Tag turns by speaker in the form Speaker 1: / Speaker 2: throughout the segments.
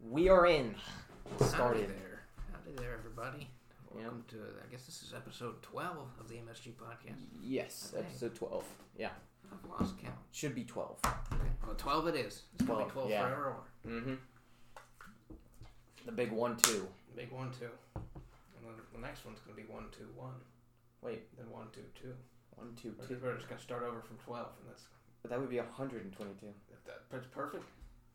Speaker 1: We are in.
Speaker 2: Howdy
Speaker 1: Started.
Speaker 2: there. Howdy there, everybody. Welcome to, I guess this is episode 12 of the MSG podcast.
Speaker 1: Yes,
Speaker 2: Okay.
Speaker 1: episode 12. Yeah,
Speaker 2: I've lost count.
Speaker 1: should be 12.
Speaker 2: Well, 12 it is. It's going to be
Speaker 1: 12,
Speaker 2: 12
Speaker 1: yeah.
Speaker 2: forever. Or
Speaker 1: Mm-hmm. The big one, two.
Speaker 2: big 1 2. And then the next one's going to be 1 2 1.
Speaker 1: Wait,
Speaker 2: Then 1 2 2.
Speaker 1: one, two,
Speaker 2: Or
Speaker 1: two.
Speaker 2: We're just going to start over from 12, and that's,
Speaker 1: But that would be 122.
Speaker 2: that- that's perfect.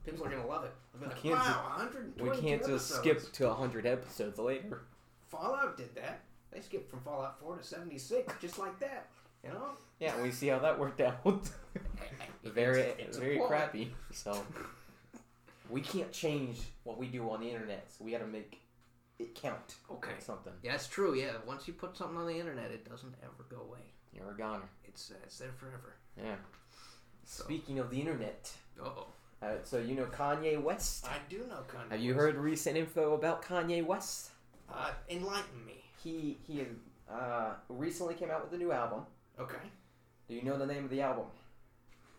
Speaker 2: People are going to love it. They'll be like,
Speaker 1: can't
Speaker 2: wow,
Speaker 1: We
Speaker 2: 122
Speaker 1: can't just
Speaker 2: episodes."
Speaker 1: skip to 100 episodes later.
Speaker 2: Fallout did that. They skipped from Fallout 4 to 76, just like that. You know?
Speaker 1: Yeah, we see how that worked out. very,
Speaker 2: it's a
Speaker 1: very
Speaker 2: plot.
Speaker 1: crappy. So we can't change what we do on the internet. So we got to make it count.
Speaker 2: Okay.
Speaker 1: Something.
Speaker 2: Yeah, that's true. Yeah, once you put something on the internet, it doesn't ever go away.
Speaker 1: You're a goner.
Speaker 2: It's uh, it's there forever.
Speaker 1: Yeah.
Speaker 2: So-
Speaker 1: Speaking of the internet,
Speaker 2: Uh oh.
Speaker 1: uh, so you know Kanye West.
Speaker 2: I do know Kanye.
Speaker 1: Have you
Speaker 2: West.
Speaker 1: heard recent info about Kanye West?
Speaker 2: Uh, enlighten me.
Speaker 1: He he uh, recently came out with a new album.
Speaker 2: Okay.
Speaker 1: Do you know the name of the album?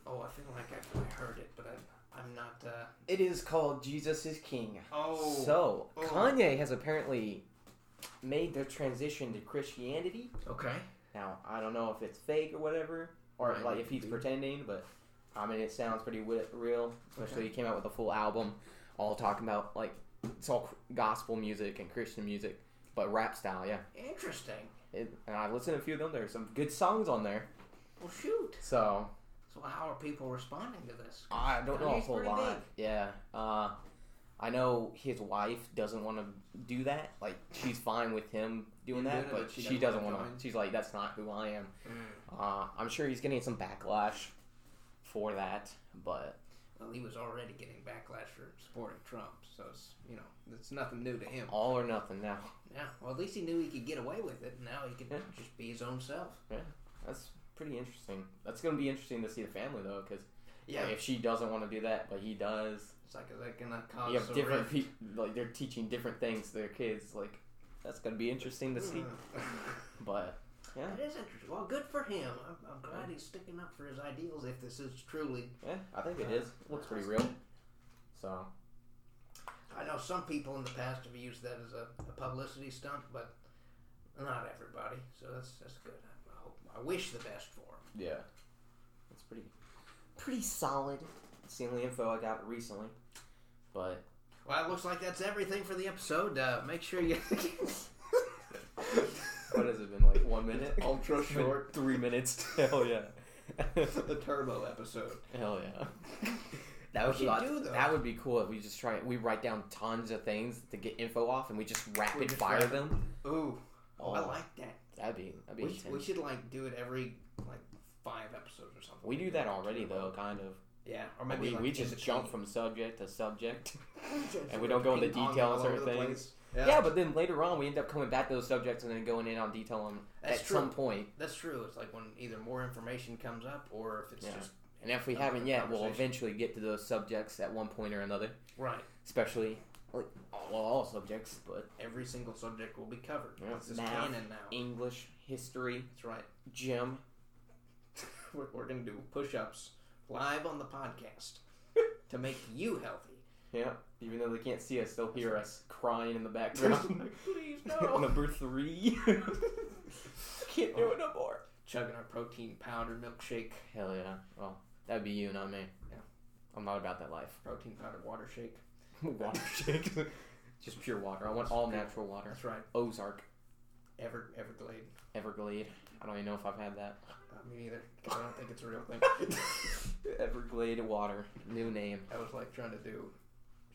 Speaker 2: Oh, I feel like I've I heard it, but I'm, I'm not. Uh...
Speaker 1: It is called Jesus is King.
Speaker 2: Oh.
Speaker 1: So
Speaker 2: Oh.
Speaker 1: Kanye has apparently made the transition to Christianity.
Speaker 2: okay.
Speaker 1: Now I don't know if it's fake or whatever, or
Speaker 2: Right,
Speaker 1: like if he's
Speaker 2: maybe.
Speaker 1: pretending, but I mean it sounds pretty wi- real. Especially
Speaker 2: Okay.
Speaker 1: he came out with a full album, all talking about like it's all cr- gospel music and Christian music, but rap style, yeah.
Speaker 2: Interesting.
Speaker 1: It, and I listened to a few of them. There's some good songs on there.
Speaker 2: Well, shoot.
Speaker 1: So
Speaker 2: So how are people responding to this?
Speaker 1: I don't know a
Speaker 2: Kanye's
Speaker 1: whole
Speaker 2: pretty
Speaker 1: lot. Yeah. Uh, I know his wife doesn't want to do that. Like she's fine with him doing
Speaker 2: Yeah,
Speaker 1: that,
Speaker 2: doing it,
Speaker 1: but
Speaker 2: but she
Speaker 1: she
Speaker 2: doesn't
Speaker 1: doesn't
Speaker 2: wanna
Speaker 1: want
Speaker 2: join.
Speaker 1: to. She's like, that's not who I am.
Speaker 2: Hmm.
Speaker 1: Uh, I'm sure he's getting some backlash for that, but
Speaker 2: Well, he was already getting backlash for supporting Trump, so it's you know it's nothing new to him.
Speaker 1: all or nothing now.
Speaker 2: Yeah. Well, at least he knew he could get away with it. Now he can
Speaker 1: Yeah.
Speaker 2: just be his own self.
Speaker 1: That's pretty interesting. That's gonna be interesting to see the family though, because if she doesn't want to do that, but he does,
Speaker 2: It's like is that gonna cause
Speaker 1: you have
Speaker 2: a
Speaker 1: different
Speaker 2: rift?
Speaker 1: people. Like they're teaching different things to their kids. Like that's gonna be interesting to see. But yeah,
Speaker 2: Hmm. That is interesting. Well, good for him. I'm, I'm glad he's sticking up for his ideals. If this is truly,
Speaker 1: yeah, I think it is. Looks pretty real. So
Speaker 2: I know some people in the past have used that as a, a publicity stunt, but not everybody. So that's that's good. I, I hope I wish the best for him.
Speaker 1: yeah, it's pretty pretty solid. It's the only info I got recently. But
Speaker 2: Well, it looks like that's everything for the episode. Uh, make sure you.
Speaker 1: what has it been like? One minute?
Speaker 2: Ultra
Speaker 1: It's been
Speaker 2: short.
Speaker 1: Three minutes. Hell yeah.
Speaker 2: the turbo episode.
Speaker 1: Hell yeah. That would,
Speaker 2: We
Speaker 1: be,
Speaker 2: should do those.
Speaker 1: that would be cool if we just try we write down tons of things to get info off and we just rapid
Speaker 2: just
Speaker 1: fire
Speaker 2: write-
Speaker 1: them.
Speaker 2: Ooh,
Speaker 1: Oh,
Speaker 2: I like that.
Speaker 1: that'd be that'd be
Speaker 2: We, should-
Speaker 1: intense.
Speaker 2: we should like do it every like five episodes or something.
Speaker 1: We do that already though, kind of.
Speaker 2: Yeah, or maybe
Speaker 1: we
Speaker 2: like
Speaker 1: we
Speaker 2: in
Speaker 1: just jump
Speaker 2: between.
Speaker 1: from subject to subject.
Speaker 2: and
Speaker 1: we don't go into details or things.
Speaker 2: Yeah,
Speaker 1: Yeah. but then later on we end up coming back to those subjects and then going in on detail on
Speaker 2: That's
Speaker 1: at
Speaker 2: true.
Speaker 1: some point.
Speaker 2: that's true. It's like when either more information comes up or if it's
Speaker 1: Yeah.
Speaker 2: just
Speaker 1: And if we
Speaker 2: Another
Speaker 1: haven't yet, we'll
Speaker 2: conversation.
Speaker 1: eventually get to those subjects at one point or another.
Speaker 2: right.
Speaker 1: Especially like well, all subjects, but
Speaker 2: Every single subject will be covered.
Speaker 1: Yeah.
Speaker 2: It's just
Speaker 1: Math.
Speaker 2: canon now.
Speaker 1: English, history,
Speaker 2: That's right.
Speaker 1: gym.
Speaker 2: We're, we're gonna do push-ups live on the podcast to make you healthy.
Speaker 1: Yeah, even though they can't see us, they'll hear us crying in the background.
Speaker 2: Please no.
Speaker 1: Number three. can't do it no more.
Speaker 2: Chugging our protein powder milkshake,
Speaker 1: Hell yeah. Well, that'd be you, not me.
Speaker 2: Yeah.
Speaker 1: I'm not about that life.
Speaker 2: protein powder water shake.
Speaker 1: water shake. Just pure water. I want all natural water.
Speaker 2: That's right.
Speaker 1: Ozark,
Speaker 2: Ever Everglade.
Speaker 1: Everglade. I don't even know if I've had that.
Speaker 2: Uh, me neither. 'cause I don't think it's a real thing.
Speaker 1: Everglade water. New name.
Speaker 2: I was like trying to do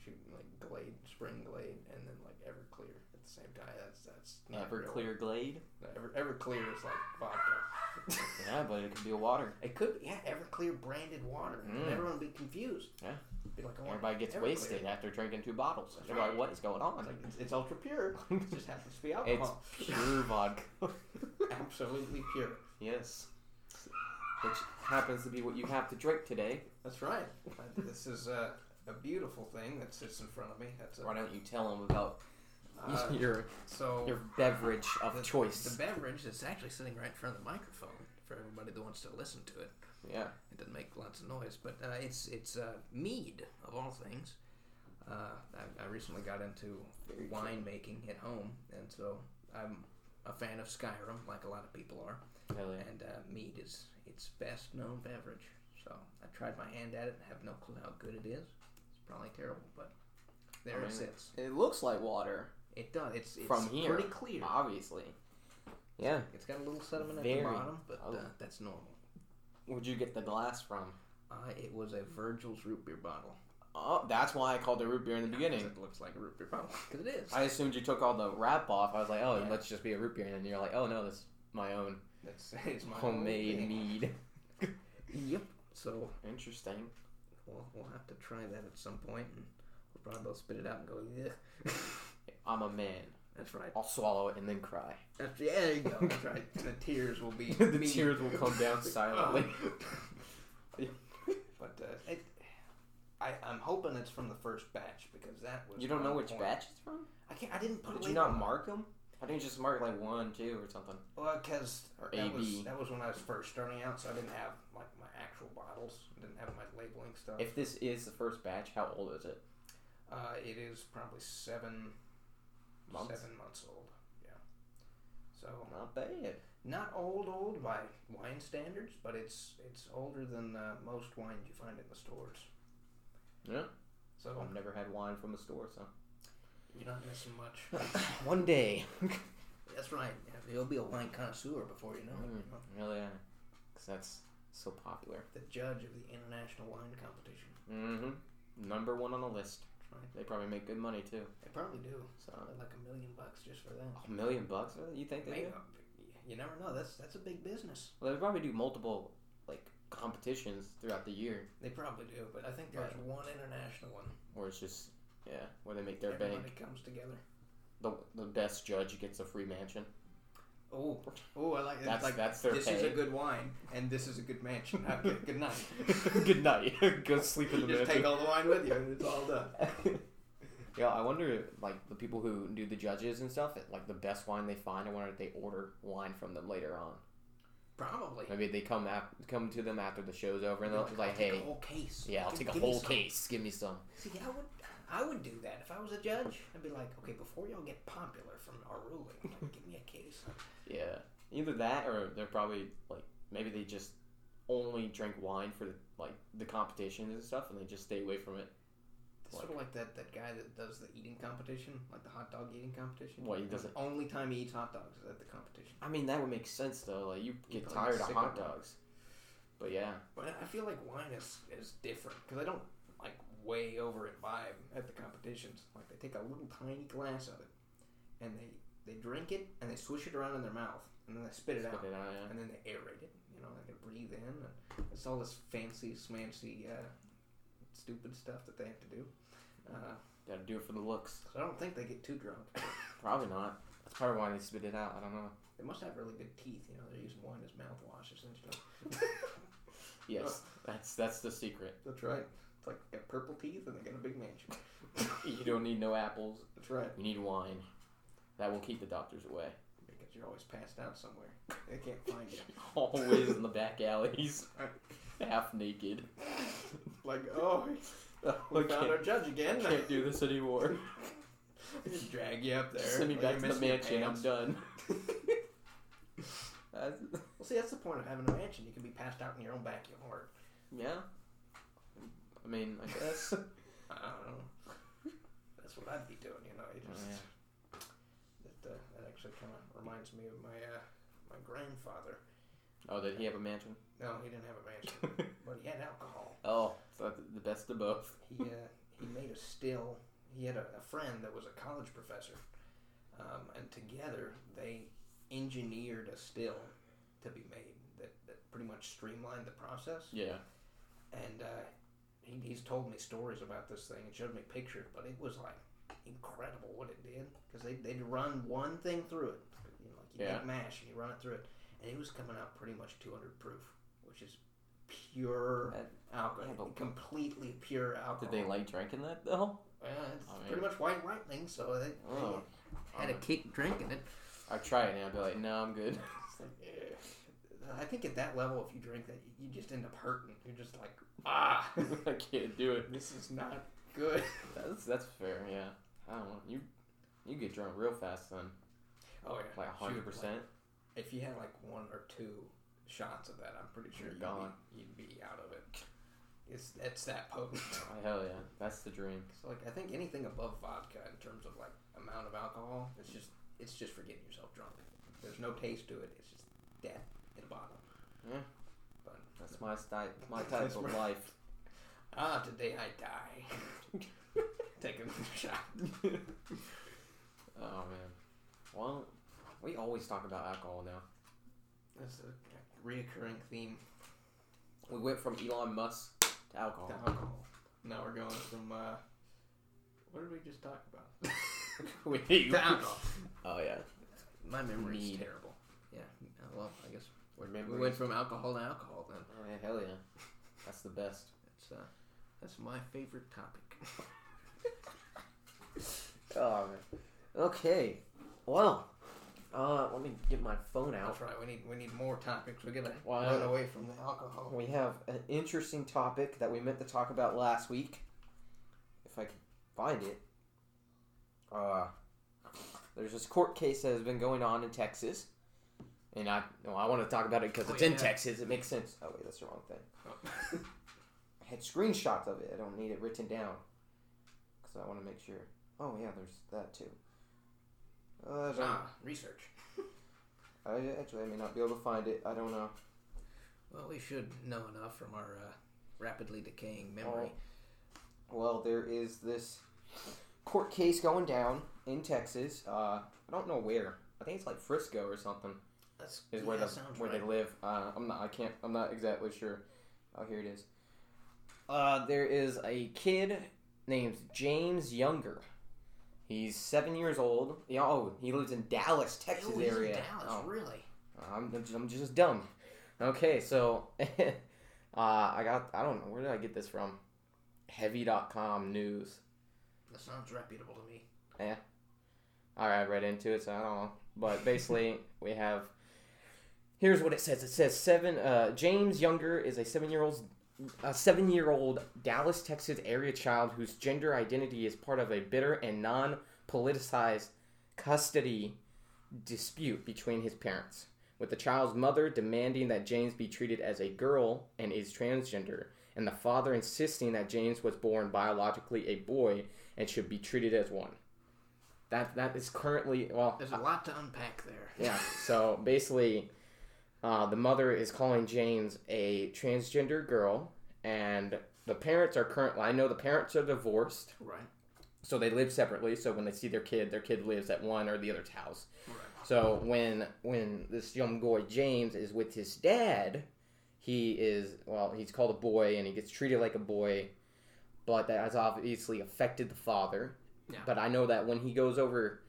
Speaker 2: shoot like glade, spring glade, and then like Everclear at the same time. That's that's not real.
Speaker 1: Everclear Glade.
Speaker 2: No, Ever Everclear is like vodka.
Speaker 1: Yeah, but it could be a water.
Speaker 2: It could be yeah, Everclear branded water. And
Speaker 1: Mm.
Speaker 2: everyone would be confused.
Speaker 1: Yeah.
Speaker 2: Be like, I want
Speaker 1: Everybody gets
Speaker 2: Everclear.
Speaker 1: wasted after drinking two bottles. They're like, what is going
Speaker 2: It's,
Speaker 1: on?
Speaker 2: like, it's, it's ultra pure. It just happens to be
Speaker 1: It's
Speaker 2: alcohol.
Speaker 1: pure vodka.
Speaker 2: Absolutely pure.
Speaker 1: Yes. Which happens to be what you have to drink today.
Speaker 2: That's right. Uh, This is uh, a beautiful thing that sits in front of me. That's a,
Speaker 1: Why don't you tell them about
Speaker 2: uh,
Speaker 1: your
Speaker 2: so
Speaker 1: your beverage of
Speaker 2: the-
Speaker 1: choice?
Speaker 2: The beverage that's actually sitting right in front of the microphone for everybody that wants to listen to it.
Speaker 1: yeah.
Speaker 2: It doesn't make lots of noise, but uh, it's it's uh, mead of all things. Uh, I, I recently got into
Speaker 1: Very cool.
Speaker 2: winemaking at home, and so I'm a fan of Skyrim, like a lot of people are.
Speaker 1: Hell yeah.
Speaker 2: And uh, mead is its best known beverage. So I tried my hand at it and have no clue how good it is. It's probably terrible, but there
Speaker 1: I
Speaker 2: it
Speaker 1: mean,
Speaker 2: sits.
Speaker 1: It looks like water,
Speaker 2: It does. It's, it's
Speaker 1: From here,
Speaker 2: pretty clear.
Speaker 1: obviously. Yeah.
Speaker 2: It's got a little sediment at
Speaker 1: Very.
Speaker 2: the bottom, but uh,
Speaker 1: Oh.
Speaker 2: that's normal.
Speaker 1: Where'd you get the glass from?
Speaker 2: Uh, it was a Virgil's root beer bottle.
Speaker 1: Oh, that's why I called it root beer in the beginning.
Speaker 2: It looks like a root beer bottle because it is.
Speaker 1: I assumed you took all the wrap off. I was like, oh,
Speaker 2: Yeah.
Speaker 1: let's just be a root beer, and then you're like, oh no, this is my own
Speaker 2: That's it's my whole
Speaker 1: homemade
Speaker 2: thing.
Speaker 1: mead.
Speaker 2: Yep. So
Speaker 1: Interesting.
Speaker 2: we'll, we'll have to try that at some point, and we'll probably both spit it out and go, yeah.
Speaker 1: I'm a man.
Speaker 2: That's right.
Speaker 1: I'll swallow it and then cry.
Speaker 2: That's, yeah, there you go. That's right. The tears will be.
Speaker 1: the
Speaker 2: mead.
Speaker 1: tears will come down silently.
Speaker 2: but uh, it, I, I'm hoping it's from the first batch because that was.
Speaker 1: you don't know
Speaker 2: on
Speaker 1: which
Speaker 2: point.
Speaker 1: batch it's from?
Speaker 2: I can't. I didn't put. a
Speaker 1: Did you
Speaker 2: label
Speaker 1: not
Speaker 2: on it.
Speaker 1: mark them? I think you just mark like one, two, or something.
Speaker 2: Well, because
Speaker 1: Or
Speaker 2: that was
Speaker 1: AB.
Speaker 2: that was when I was first starting out, so I didn't have like my actual bottles. I didn't have my labeling stuff.
Speaker 1: If this is the first batch, how old is it?
Speaker 2: uh, it is probably seven
Speaker 1: Months?
Speaker 2: seven months old. Yeah. So
Speaker 1: Not bad.
Speaker 2: not old old by wine standards, but it's it's older than uh, most wines you find in the stores.
Speaker 1: Yeah.
Speaker 2: So
Speaker 1: I've never had wine from the store, so.
Speaker 2: you're not missing much.
Speaker 1: One day.
Speaker 2: That's right. Yeah, You'll be a wine connoisseur before you know it.
Speaker 1: Mm.
Speaker 2: you know.
Speaker 1: really, because that's so popular.
Speaker 2: The judge of the international wine competition.
Speaker 1: hmm Number one on the list.
Speaker 2: That's right.
Speaker 1: They probably make good money too.
Speaker 2: They probably do.
Speaker 1: So
Speaker 2: Probably Like a million bucks just for that.
Speaker 1: a million bucks? really? You think they
Speaker 2: Maybe.
Speaker 1: do?
Speaker 2: You never know. That's that's a big business.
Speaker 1: Well, they probably do multiple like competitions throughout the year,
Speaker 2: They probably do, but I think there's one international one.
Speaker 1: where it's just yeah, where they make their
Speaker 2: Everybody
Speaker 1: bank.
Speaker 2: comes together.
Speaker 1: The, the best judge gets a free mansion.
Speaker 2: Oh, oh, I like
Speaker 1: That's
Speaker 2: like
Speaker 1: that's their
Speaker 2: this
Speaker 1: pay.
Speaker 2: is a good wine, and this is a good mansion. Okay, good night.
Speaker 1: Good night. Go sleep in the
Speaker 2: You just
Speaker 1: mansion.
Speaker 2: take all the wine with you, and it's all done.
Speaker 1: yeah, I wonder like the people who do the judges and stuff, like the best wine they find. I wonder if they order wine from them later on.
Speaker 2: Probably.
Speaker 1: Maybe they come ap- come to them after the show's over and they're like,
Speaker 2: take
Speaker 1: "Hey,
Speaker 2: a whole case.
Speaker 1: yeah, I'll
Speaker 2: Give-
Speaker 1: take a
Speaker 2: give me
Speaker 1: whole
Speaker 2: some.
Speaker 1: case. Give me some."
Speaker 2: See, I would, I would do that if I was a judge. I'd be like, okay, before y'all get popular from our ruling, like, give me a case.
Speaker 1: Yeah, either that or they're probably like maybe they just only drink wine for like the competitions and stuff, and they just stay away from it.
Speaker 2: It's sort of like that, that guy that does the eating competition, like the hot dog eating competition.
Speaker 1: Well, he
Speaker 2: And
Speaker 1: doesn't-
Speaker 2: The only time he eats hot dogs is at the competition.
Speaker 1: I mean, that would make sense though. Like you
Speaker 2: You
Speaker 1: get
Speaker 2: probably
Speaker 1: tired
Speaker 2: get
Speaker 1: of
Speaker 2: sick
Speaker 1: hot
Speaker 2: of it.
Speaker 1: dogs, but yeah,
Speaker 2: But I feel like wine is is different because I don't like way over it vibe at the competitions. Like they take a little tiny glass of it, and they they drink it and they swish it around in their mouth and then they spit it
Speaker 1: spit
Speaker 2: out
Speaker 1: it out, yeah.
Speaker 2: and then they aerate it. You know, and they breathe in and it's all this fancy, smancy, uh, stupid stuff that they have to do. Uh,
Speaker 1: Gotta do it for the looks.
Speaker 2: so I don't think they get too drunk.
Speaker 1: Probably not. That's probably why they spit it out. I don't know.
Speaker 2: They must have really good teeth. You know, they're using wine as mouthwash essentially.
Speaker 1: Yes, that's that's the secret.
Speaker 2: That's right. It's like they got purple teeth and they got a big mansion.
Speaker 1: You don't need no apples.
Speaker 2: That's right.
Speaker 1: You need wine. That will keep the doctors away.
Speaker 2: Because you're always passed out somewhere. They can't find you.
Speaker 1: Always in the back alleys,
Speaker 2: Right.
Speaker 1: half naked.
Speaker 2: Like, oh, we
Speaker 1: I
Speaker 2: found
Speaker 1: can't-
Speaker 2: our judge
Speaker 1: I
Speaker 2: again.
Speaker 1: can't do this anymore.
Speaker 2: They just drag you up there.
Speaker 1: Send me
Speaker 2: Like,
Speaker 1: back
Speaker 2: you're
Speaker 1: to the
Speaker 2: missing
Speaker 1: mansion.
Speaker 2: your
Speaker 1: I'm
Speaker 2: pants.
Speaker 1: done.
Speaker 2: Well, see, that's the point of having a mansion. You can be passed out in your own backyard.
Speaker 1: yeah. I mean, I guess.
Speaker 2: I don't know. That's what I'd be doing, you know. You
Speaker 1: Oh,
Speaker 2: just, that, uh, that actually kind of reminds me of my uh, my grandfather.
Speaker 1: Oh, did he have a mansion?
Speaker 2: No, he didn't have a mansion, but he had alcohol.
Speaker 1: oh, so that's the best of both.
Speaker 2: he uh, he made a still. He had a, a friend that was a college professor, um, and together they engineered a still to be made that, that pretty much streamlined the process.
Speaker 1: Yeah.
Speaker 2: And uh, he, he's told me stories about this thing and showed me pictures, but it was like incredible what it did because they they'd run one thing through it, you know, like you
Speaker 1: Yeah.
Speaker 2: make mash and you run it through it, and it was coming out pretty much 200 proof, which is pure
Speaker 1: That-
Speaker 2: alcohol,
Speaker 1: yeah, but-
Speaker 2: completely pure alcohol.
Speaker 1: Did they like drinking that though?
Speaker 2: Well, it's
Speaker 1: I mean-
Speaker 2: pretty much white lightning, so they, they
Speaker 1: Oh.
Speaker 2: had a keep drinking it.
Speaker 1: I'd try it and I'd be like, no, I'm good.
Speaker 2: It's like, eh. I think at that level, if you drink that, you just end up hurting. You're just like, ah,
Speaker 1: I can't do it.
Speaker 2: this is not good.
Speaker 1: That's that's fair. Yeah. I don't know. You you get drunk real fast then,
Speaker 2: Oh yeah,
Speaker 1: like
Speaker 2: She
Speaker 1: hundred
Speaker 2: was
Speaker 1: percent.
Speaker 2: like- If you had like one or two shots of that, I'm pretty sure
Speaker 1: You're
Speaker 2: you'd
Speaker 1: gone.
Speaker 2: Be, you'd be out of it. It's it's that potent.
Speaker 1: Oh, hell yeah, that's the drink.
Speaker 2: so like I think anything above vodka in terms of like amount of alcohol, it's just it's just for getting yourself drunk. There's no taste to it. It's just death in a bottle.
Speaker 1: Yeah.
Speaker 2: But
Speaker 1: That's my type. My
Speaker 2: That's
Speaker 1: type of
Speaker 2: right.
Speaker 1: life.
Speaker 2: ah, today I die. Take a shot.
Speaker 1: Oh man. Well, we always talk about alcohol now.
Speaker 2: That's a reoccurring theme.
Speaker 1: We went from Elon Musk to alcohol.
Speaker 2: to alcohol. Now we're going from uh, what did we just talk about?
Speaker 1: Wait.
Speaker 2: to alcohol.
Speaker 1: Oh yeah.
Speaker 2: My memory's
Speaker 1: Mead.
Speaker 2: terrible. Yeah. uh, Well, I guess we
Speaker 1: Remember?
Speaker 2: went from alcohol to alcohol then.
Speaker 1: Oh yeah, hell yeah. That's the best.
Speaker 2: That's uh, that's my favorite topic.
Speaker 1: Oh man. Okay. Well, uh, let me get my phone out.
Speaker 2: That's right. We need we need more topics. We gotta
Speaker 1: Why?
Speaker 2: run away from the alcohol.
Speaker 1: We have an interesting topic that we meant to talk about last week. If I can find it. Uh, there's this court case that has been going on in Texas. And I no, I want to talk about it because
Speaker 2: Oh,
Speaker 1: it's in
Speaker 2: yeah.
Speaker 1: Texas. It makes sense. Oh, wait, that's the wrong thing. I had screenshots of it. I don't need it written down. Because I want to make sure. Oh, yeah, there's that too. Uh, I don't-
Speaker 2: ah, research.
Speaker 1: I, actually, I may not be able to find it. I don't know.
Speaker 2: Well, we should know enough from our uh, rapidly decaying memory.
Speaker 1: Oh, Well, there is this court case going down in Texas. Uh, I don't know where. I think it's like Frisco or something.
Speaker 2: That's
Speaker 1: Is
Speaker 2: yeah,
Speaker 1: where the,
Speaker 2: that sounds
Speaker 1: where
Speaker 2: right.
Speaker 1: they live. Uh, I'm not. I can't. I'm not exactly sure. Oh, here it is. Uh, there is a kid named James Younger. He's seven years old. Yeah, oh, he lives in Dallas, Texas
Speaker 2: Oh, he's in
Speaker 1: area.
Speaker 2: Dallas,
Speaker 1: Oh,
Speaker 2: really?
Speaker 1: I'm, I'm just- I'm just dumb. Okay, so uh, I got I don't know where did I get this from? Heavy.com news.
Speaker 2: That sounds reputable to me.
Speaker 1: All right, I read into it, so I don't know. But basically, we have. Here's what it says. It says seven. Uh, James Younger is a seven-year-old, a seven-year-old Dallas, Texas area child whose gender identity is part of a bitter and non-politicized custody dispute between his parents, with the child's mother demanding that James be treated as a girl and is transgender, and the father insisting that James was born biologically a boy and should be treated as one. That that is currently well,
Speaker 2: There's a lot to unpack there.
Speaker 1: Uh, yeah. So basically, uh, the mother is calling James a transgender girl, and the parents are currently. I know the parents are divorced,
Speaker 2: Right.
Speaker 1: so they live separately. So when they see their kid, their kid lives at one or the other's house.
Speaker 2: Right.
Speaker 1: So when when this young boy James is with his dad, he is well, he's called a boy and he gets treated like a boy, but that has obviously affected the father.
Speaker 2: Yeah.
Speaker 1: But I know that when he goes over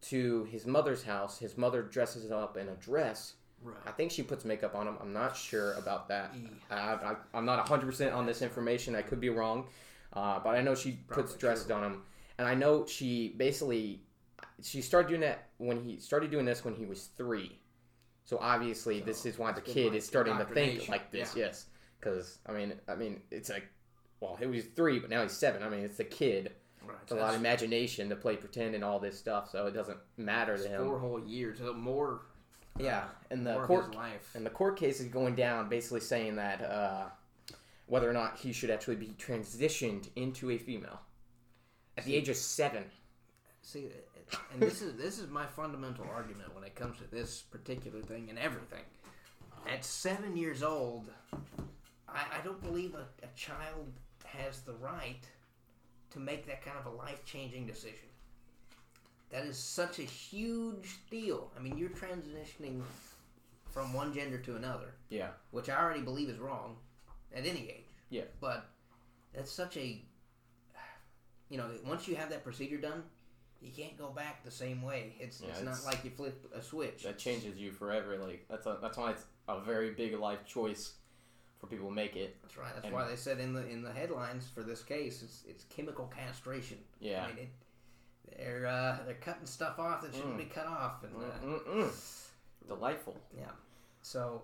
Speaker 1: to his mother's house, his mother dresses him up in a dress. I
Speaker 2: Right.
Speaker 1: think she puts makeup on him. I'm not sure about that.
Speaker 2: E.
Speaker 1: I, I, I'm not 100% on this information. I could be wrong. Uh, but I know she puts
Speaker 2: Probably
Speaker 1: dresses on him. And I know she basically she started doing that when he started doing this when he was 3. So obviously this
Speaker 2: So,
Speaker 1: is why the
Speaker 2: it's been
Speaker 1: kid
Speaker 2: like
Speaker 1: is starting to think
Speaker 2: indoctrination.
Speaker 1: like this. Yes. Cuz I mean I mean it's like well, he was 3, but now he's 7. I mean, it's a kid.
Speaker 2: Right.
Speaker 1: It's a lot of imagination to play pretend and all this stuff, so it doesn't matter to him.
Speaker 2: four whole years. So more.
Speaker 1: Yeah, and the
Speaker 2: more
Speaker 1: court
Speaker 2: of his life.
Speaker 1: and the court case is going down, basically saying that uh, whether or not he should actually be transitioned into a female at the age of seven.
Speaker 2: See, and this is this is my fundamental argument when it comes to this particular thing and everything. At seven years old, I, I don't believe a, a child has the right to make that kind of a life changing decision. That is such a huge deal. I mean, you're transitioning from one gender to another,
Speaker 1: Yeah,
Speaker 2: which I already believe is wrong at any age.
Speaker 1: Yeah.
Speaker 2: But that's such a you know, once you have that procedure done, you can't go back the same way. It's
Speaker 1: Yeah,
Speaker 2: it's,
Speaker 1: it's-
Speaker 2: not like you flip a switch.
Speaker 1: that changes you forever. Like that's a, that's why it's a very big life choice for people to make it.
Speaker 2: That's right. That's
Speaker 1: and-
Speaker 2: why they said in the in the headlines for this case, it's it's chemical castration.
Speaker 1: Yeah.
Speaker 2: I mean, it, they're uh, they're cutting stuff off that shouldn't
Speaker 1: Mm. Mm-hmm.
Speaker 2: be cut off, and uh,
Speaker 1: Mm-mm-mm. Delightful.
Speaker 2: So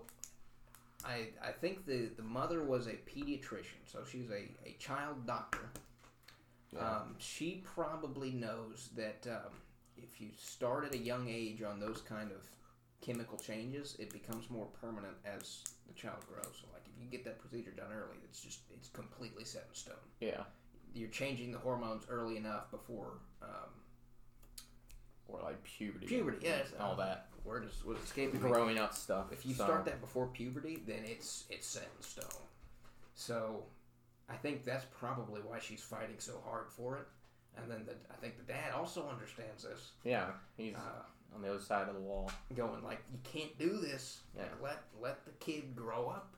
Speaker 2: I I think the the mother was a pediatrician, so she was a, a child doctor.
Speaker 1: Yeah.
Speaker 2: Um, she probably knows that um, if you start at a young age on those kind of chemical changes, it becomes more permanent as the child grows. So, like if you get that procedure done early, it's just it's completely set in stone.
Speaker 1: yeah.
Speaker 2: You're changing the hormones early enough before um,
Speaker 1: Or like puberty.
Speaker 2: puberty. Yes,
Speaker 1: All that
Speaker 2: Word is was escaping me.
Speaker 1: growing up stuff.
Speaker 2: If you
Speaker 1: so-
Speaker 2: start that before puberty, then it's it's set in stone. So I think that's probably why she's fighting so hard for it. And then the, I think the dad also understands this.
Speaker 1: Yeah. He's
Speaker 2: Uh,
Speaker 1: on the other side of the wall.
Speaker 2: going like, you can't do this.
Speaker 1: Yeah.
Speaker 2: Like, let let the kid grow up,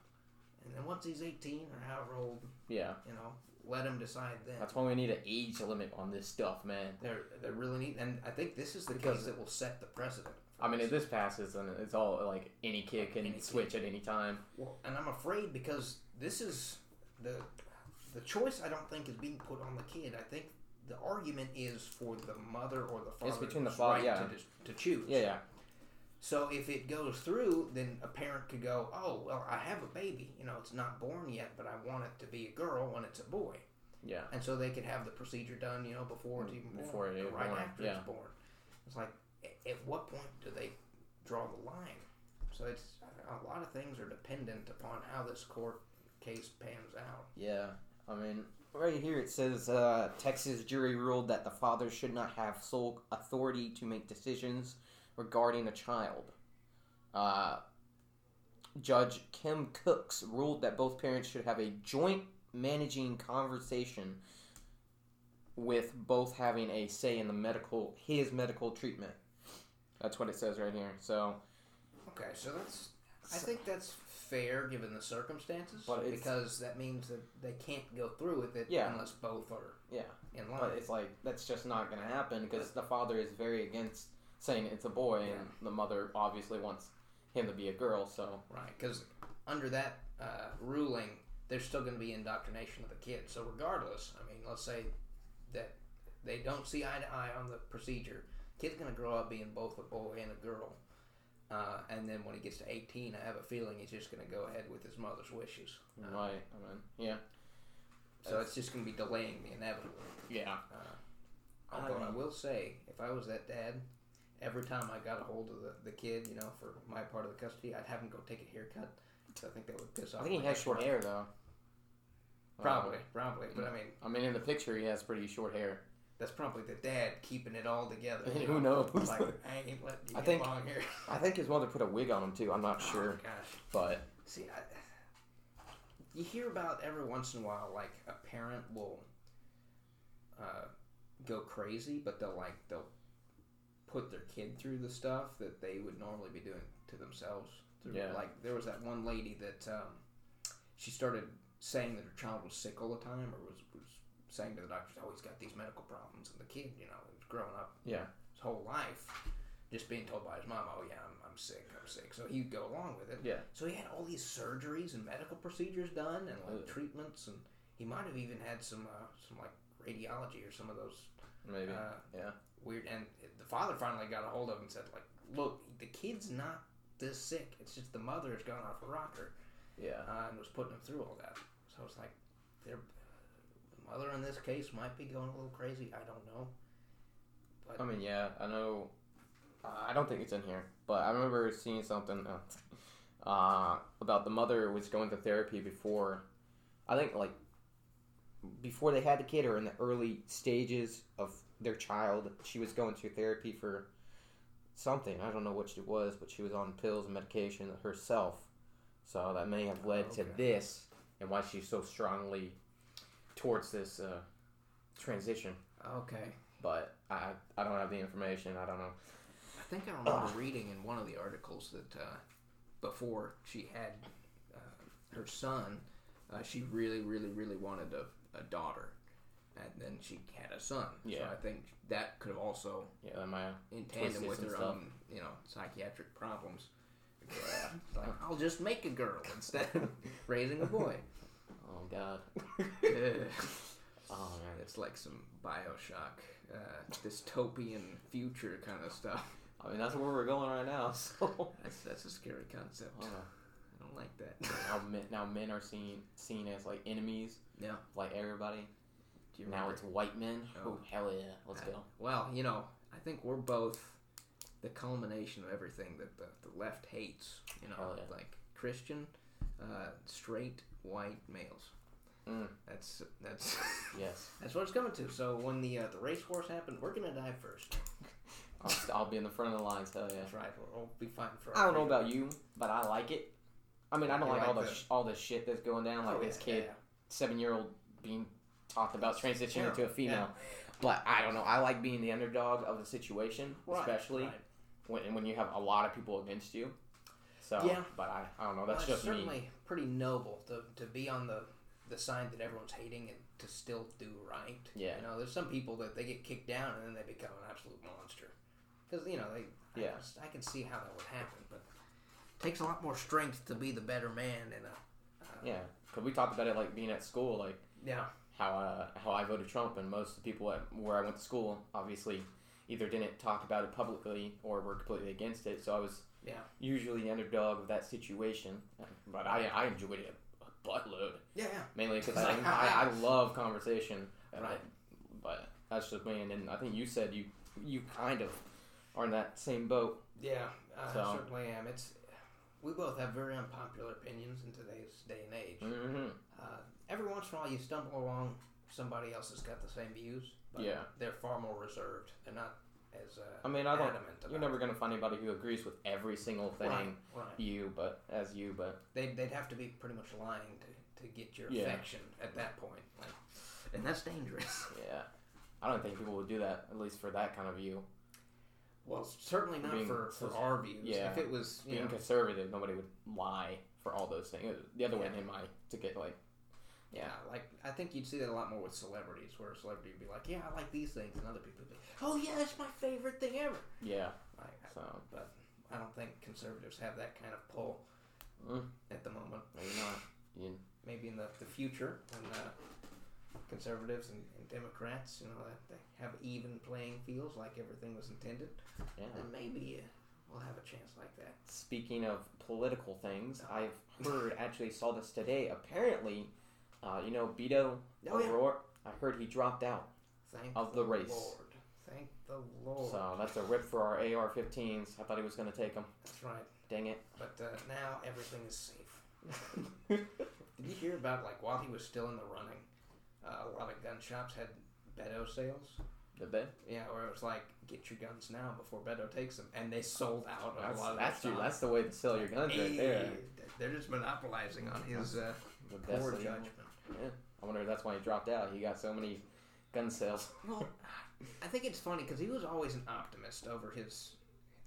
Speaker 2: and then once he's eighteen or however old,
Speaker 1: Yeah.
Speaker 2: you know, let him decide then.
Speaker 1: That's why we need an age limit on this stuff, man.
Speaker 2: they're they really neat, and I think this is the
Speaker 1: Because-
Speaker 2: case that will set the precedent. for
Speaker 1: I mean, if
Speaker 2: this.
Speaker 1: this passes, then it's all like any kid can
Speaker 2: Any kid.
Speaker 1: switch at any time.
Speaker 2: Well, and I'm afraid because this is the the choice. I don't think is being put on the kid. I think the argument is for the mother or the father.
Speaker 1: It's between the father,
Speaker 2: right
Speaker 1: yeah.
Speaker 2: to, dis- to choose.
Speaker 1: Yeah, yeah,
Speaker 2: So if it goes through, then a parent could go, "Oh, well, I have a baby. You know, it's not born yet, but I want it to be a girl when it's a boy."
Speaker 1: yeah.
Speaker 2: And so they could have the procedure done, you know, before it's even
Speaker 1: Mm, Before
Speaker 2: born,
Speaker 1: it
Speaker 2: or
Speaker 1: is
Speaker 2: right
Speaker 1: born,
Speaker 2: after
Speaker 1: yeah.
Speaker 2: it's born. It's like, a- at what point do they draw the line? So it's a lot of things are dependent upon how this court case pans out.
Speaker 1: Yeah, I mean, right here it says uh, Texas jury ruled that the father should not have sole authority to make decisions regarding a child. Uh, Judge Kim Cooks ruled that both parents should have a joint managing conversation with both having a say in the medical his medical treatment. That's what it says right here. So,
Speaker 2: Okay, so that's. I think that's fair given the circumstances,
Speaker 1: But it's-
Speaker 2: because that means that they can't go through with it
Speaker 1: Yeah.
Speaker 2: unless both are
Speaker 1: yeah,
Speaker 2: in line.
Speaker 1: But it's like that's just not gonna happen because the father is very against saying it's a boy, and
Speaker 2: Yeah.
Speaker 1: the mother obviously wants him to be a girl. So
Speaker 2: Right, because under that uh, ruling, there's still going to be indoctrination of the kid. So regardless, I mean, let's say that they don't see eye to eye on the procedure, kid's going to grow up being both a boy and a girl. Uh, and then when he gets to 18, I have a feeling he's just going to go ahead with his mother's wishes. Uh,
Speaker 1: right, I mean, yeah,
Speaker 2: So it's just going to be delaying the inevitable.
Speaker 1: yeah,
Speaker 2: Although I,
Speaker 1: I-
Speaker 2: will say, if I was that dad, every time I got a hold of the, the kid, you know, for my part of the custody, I'd have him go take a haircut. So I think that would piss off.
Speaker 1: I think he
Speaker 2: my
Speaker 1: has
Speaker 2: ex-wife.
Speaker 1: short hair though.
Speaker 2: Probably,
Speaker 1: Um,
Speaker 2: probably. But I mean,
Speaker 1: I mean, in the picture, he has pretty short hair.
Speaker 2: that's probably the dad keeping it all together.
Speaker 1: Who knows?
Speaker 2: Like, I ain't letting you
Speaker 1: I
Speaker 2: get
Speaker 1: think-
Speaker 2: long hair.
Speaker 1: I think his mother put a wig on him too. I'm not sure,
Speaker 2: Oh, gosh.
Speaker 1: but
Speaker 2: See, I, you hear about every once in a while, like a parent will uh, go crazy, but they'll like they'll put their kid through the stuff that they would normally be doing to themselves. Through-
Speaker 1: Yeah.
Speaker 2: Like there was that one lady that um, she started saying that her child was sick all the time, or was was saying to the doctors, "Oh, he's got these medical problems," and the kid, you know, was growing up
Speaker 1: yeah,
Speaker 2: his whole life just being told by his mom, "Oh yeah, I'm, I'm sick, I'm sick." So he'd go along with it.
Speaker 1: Yeah.
Speaker 2: So he had all these surgeries and medical procedures done, and like
Speaker 1: Ugh.
Speaker 2: treatments, and he might have even had some uh, some like radiology or some of those
Speaker 1: maybe,
Speaker 2: uh,
Speaker 1: yeah,
Speaker 2: weird. And the father finally got a hold of him and said, "Like, look, the kid's not this sick. It's just the mother has gone off a rocker
Speaker 1: yeah,
Speaker 2: uh, and was putting him through all that." So it's like, they're, the mother in this case might be going a little crazy. I don't know.
Speaker 1: I mean, yeah, I know. I don't think it's in here, but I remember seeing something uh, uh, about the mother was going to therapy before. I think like before they had the kid, or in the early stages of their child, she was going to therapy for something. I don't know what it was, but she was on pills and medication herself, so that may have led to
Speaker 2: Okay.
Speaker 1: this and why she's so strongly towards this uh, transition.
Speaker 2: Okay.
Speaker 1: But I I don't have the information. I don't know.
Speaker 2: I think I remember reading in one of the articles that uh, before she had uh, her son, uh, she really, really, really wanted a, a daughter, and then she had a son.
Speaker 1: Yeah.
Speaker 2: So I think that could have also,
Speaker 1: Yeah, that might.
Speaker 2: in tandem
Speaker 1: Twisted
Speaker 2: with
Speaker 1: some
Speaker 2: her
Speaker 1: stuff.
Speaker 2: own, you know, psychiatric problems, it's like uh, I'll just make a girl instead of raising a boy.
Speaker 1: Oh God. Oh man.
Speaker 2: it's like some Bioshock, uh, dystopian future kind of stuff.
Speaker 1: I mean, that's where we're going right now. So. Oh,
Speaker 2: That's that's a scary concept.
Speaker 1: I don't know.
Speaker 2: I don't like that.
Speaker 1: Now men, now men are seen seen as like enemies.
Speaker 2: Yeah.
Speaker 1: Like everybody.
Speaker 2: Do you
Speaker 1: Now
Speaker 2: remember?
Speaker 1: it's white men. Oh
Speaker 2: Oh.
Speaker 1: hell yeah, let's go.
Speaker 2: Well, you know, I think we're both the culmination of everything that the, the left hates. You know,
Speaker 1: Hell yeah.
Speaker 2: like Christian, uh, straight white males.
Speaker 1: Mm.
Speaker 2: That's that's
Speaker 1: Yes,
Speaker 2: that's what it's coming to. So when the uh, the race wars happen, we're gonna die first.
Speaker 1: I'll, I'll be in the front of the lines. Hell yeah.
Speaker 2: That's right. We'll, we'll be fine for.
Speaker 1: I
Speaker 2: our
Speaker 1: don't know
Speaker 2: freedom.
Speaker 1: about you, but I like it. I mean, I don't
Speaker 2: You
Speaker 1: like, all
Speaker 2: like
Speaker 1: the
Speaker 2: the-
Speaker 1: sh- all the shit that's going down, like
Speaker 2: Oh,
Speaker 1: this
Speaker 2: yeah,
Speaker 1: kid,
Speaker 2: yeah,
Speaker 1: seven year old, being talked about transitioning into a
Speaker 2: Terrible,
Speaker 1: female.
Speaker 2: yeah.
Speaker 1: But I don't know. I like being the underdog of the situation,
Speaker 2: Right,
Speaker 1: especially
Speaker 2: right.
Speaker 1: when when you have a lot of people against you. So,
Speaker 2: Yeah.
Speaker 1: but I, I don't know. That's
Speaker 2: well,
Speaker 1: just
Speaker 2: it's
Speaker 1: me.
Speaker 2: certainly pretty noble to, to be on the the side that everyone's hating and to still do right.
Speaker 1: Yeah.
Speaker 2: You know, there's some people that they get kicked down and then they become an absolute monster. Because you know they.
Speaker 1: Yeah.
Speaker 2: I, just- I can see how that would happen, but it takes a lot more strength to be the better man and a. Uh,
Speaker 1: Yeah, because we talked about it like being at school, like
Speaker 2: Yeah.
Speaker 1: how uh, how I voted Trump, and most of the people at, where I went to school obviously either didn't talk about it publicly or were completely against it. So I was
Speaker 2: Yeah.
Speaker 1: usually the underdog of that situation, but I I enjoyed it a buttload
Speaker 2: Yeah. yeah.
Speaker 1: mainly because I, I I love conversation, and I-
Speaker 2: Right.
Speaker 1: but that's just me. And then I think you said you you kind of are in that same boat.
Speaker 2: Yeah, I
Speaker 1: So-
Speaker 2: certainly am. It's we both have very unpopular opinions in today's day and age.
Speaker 1: Mm-hmm.
Speaker 2: Uh, every once in a while, you stumble along somebody else that's got the same views, but
Speaker 1: Yeah.
Speaker 2: they're far more reserved. They're not as uh,
Speaker 1: I mean, I don't.
Speaker 2: adamant about
Speaker 1: You're never gonna find anybody who agrees with every single
Speaker 2: it.
Speaker 1: thing.
Speaker 2: Right, right.
Speaker 1: You, but as you, but
Speaker 2: They'd, they'd have to be pretty much lying to, to get your
Speaker 1: Yeah.
Speaker 2: affection at that point, like, and that's dangerous.
Speaker 1: Yeah. I don't think people would do that, at least for that kind of view.
Speaker 2: Well, certainly not
Speaker 1: Being-
Speaker 2: for, for
Speaker 1: so-
Speaker 2: our views.
Speaker 1: yeah.
Speaker 2: If it was, you
Speaker 1: Being
Speaker 2: know,
Speaker 1: conservative, nobody would lie for all those things. The other way
Speaker 2: Yeah.
Speaker 1: they might to get like,
Speaker 2: yeah, like I think you'd see that a lot more with celebrities, where a celebrity would be like, "Yeah, I like these things," and other people would be, "Oh yeah, that's my favorite thing ever."
Speaker 1: yeah.
Speaker 2: Like, I-
Speaker 1: So
Speaker 2: but I don't think conservatives have that kind of pull
Speaker 1: Mm.
Speaker 2: at the moment.
Speaker 1: maybe not. You-
Speaker 2: maybe in the, the future when uh, conservatives and, and Democrats, you know, that they have even playing fields like everything was intended,
Speaker 1: yeah.
Speaker 2: then maybe uh, we'll have a chance like that.
Speaker 1: Speaking of political things, I've heard actually saw this today. Apparently, uh, you know, Beto
Speaker 2: Oh, yeah.
Speaker 1: O'Rourke. I heard he dropped out,
Speaker 2: Thank
Speaker 1: Of the race.
Speaker 2: Lord. Thank the Lord.
Speaker 1: so that's a rip for our AR-15s. I thought he was going to take them.
Speaker 2: That's right.
Speaker 1: Dang it!
Speaker 2: But uh, now everything is safe. Did you hear about like while he was still in the running, uh, a lot of gun shops had Beto sales?
Speaker 1: Did they?
Speaker 2: Yeah, where it was like, get your guns now before Beto takes them, and they sold out of
Speaker 1: That's
Speaker 2: a lot of their
Speaker 1: that's, your,
Speaker 2: stock.
Speaker 1: that's the way to sell your guns right there.
Speaker 2: Hey, They're just monopolizing on his uh,
Speaker 1: The best
Speaker 2: poor
Speaker 1: thing.
Speaker 2: judgment.
Speaker 1: I wonder if that's why he dropped out. He got so many gun sales.
Speaker 2: Well, I think it's funny because he was always an optimist over his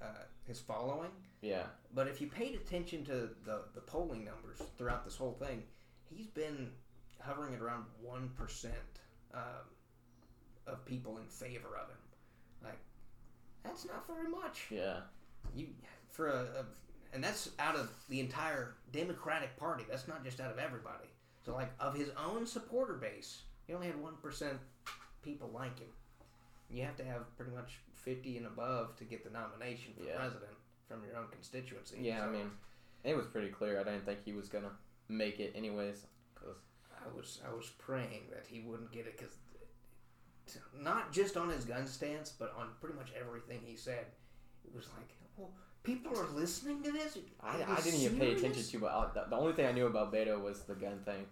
Speaker 2: uh, his following.
Speaker 1: Yeah.
Speaker 2: But if you paid attention to the, the polling numbers throughout this whole thing, he's been hovering at around 1% um, of people in favor of him. Like, that's not very much.
Speaker 1: Yeah.
Speaker 2: You for a, a and that's out of the entire Democratic Party. That's not just out of everybody. So like of his own supporter base, he only had one percent people like him. You have to have pretty much fifty and above to get the nomination for
Speaker 1: Yeah.
Speaker 2: president from your own constituency.
Speaker 1: Yeah, I
Speaker 2: So
Speaker 1: mean, it was pretty clear. I didn't think he was gonna make it, anyways. 'cause-
Speaker 2: I was I was praying that he wouldn't get it because not just on his gun stance, but on pretty much everything he said, it was like, well, people are listening to this. Are
Speaker 1: I,
Speaker 2: you
Speaker 1: I didn't even pay attention
Speaker 2: serious?"
Speaker 1: to. But the, the only thing I knew about Beto was the gun thing,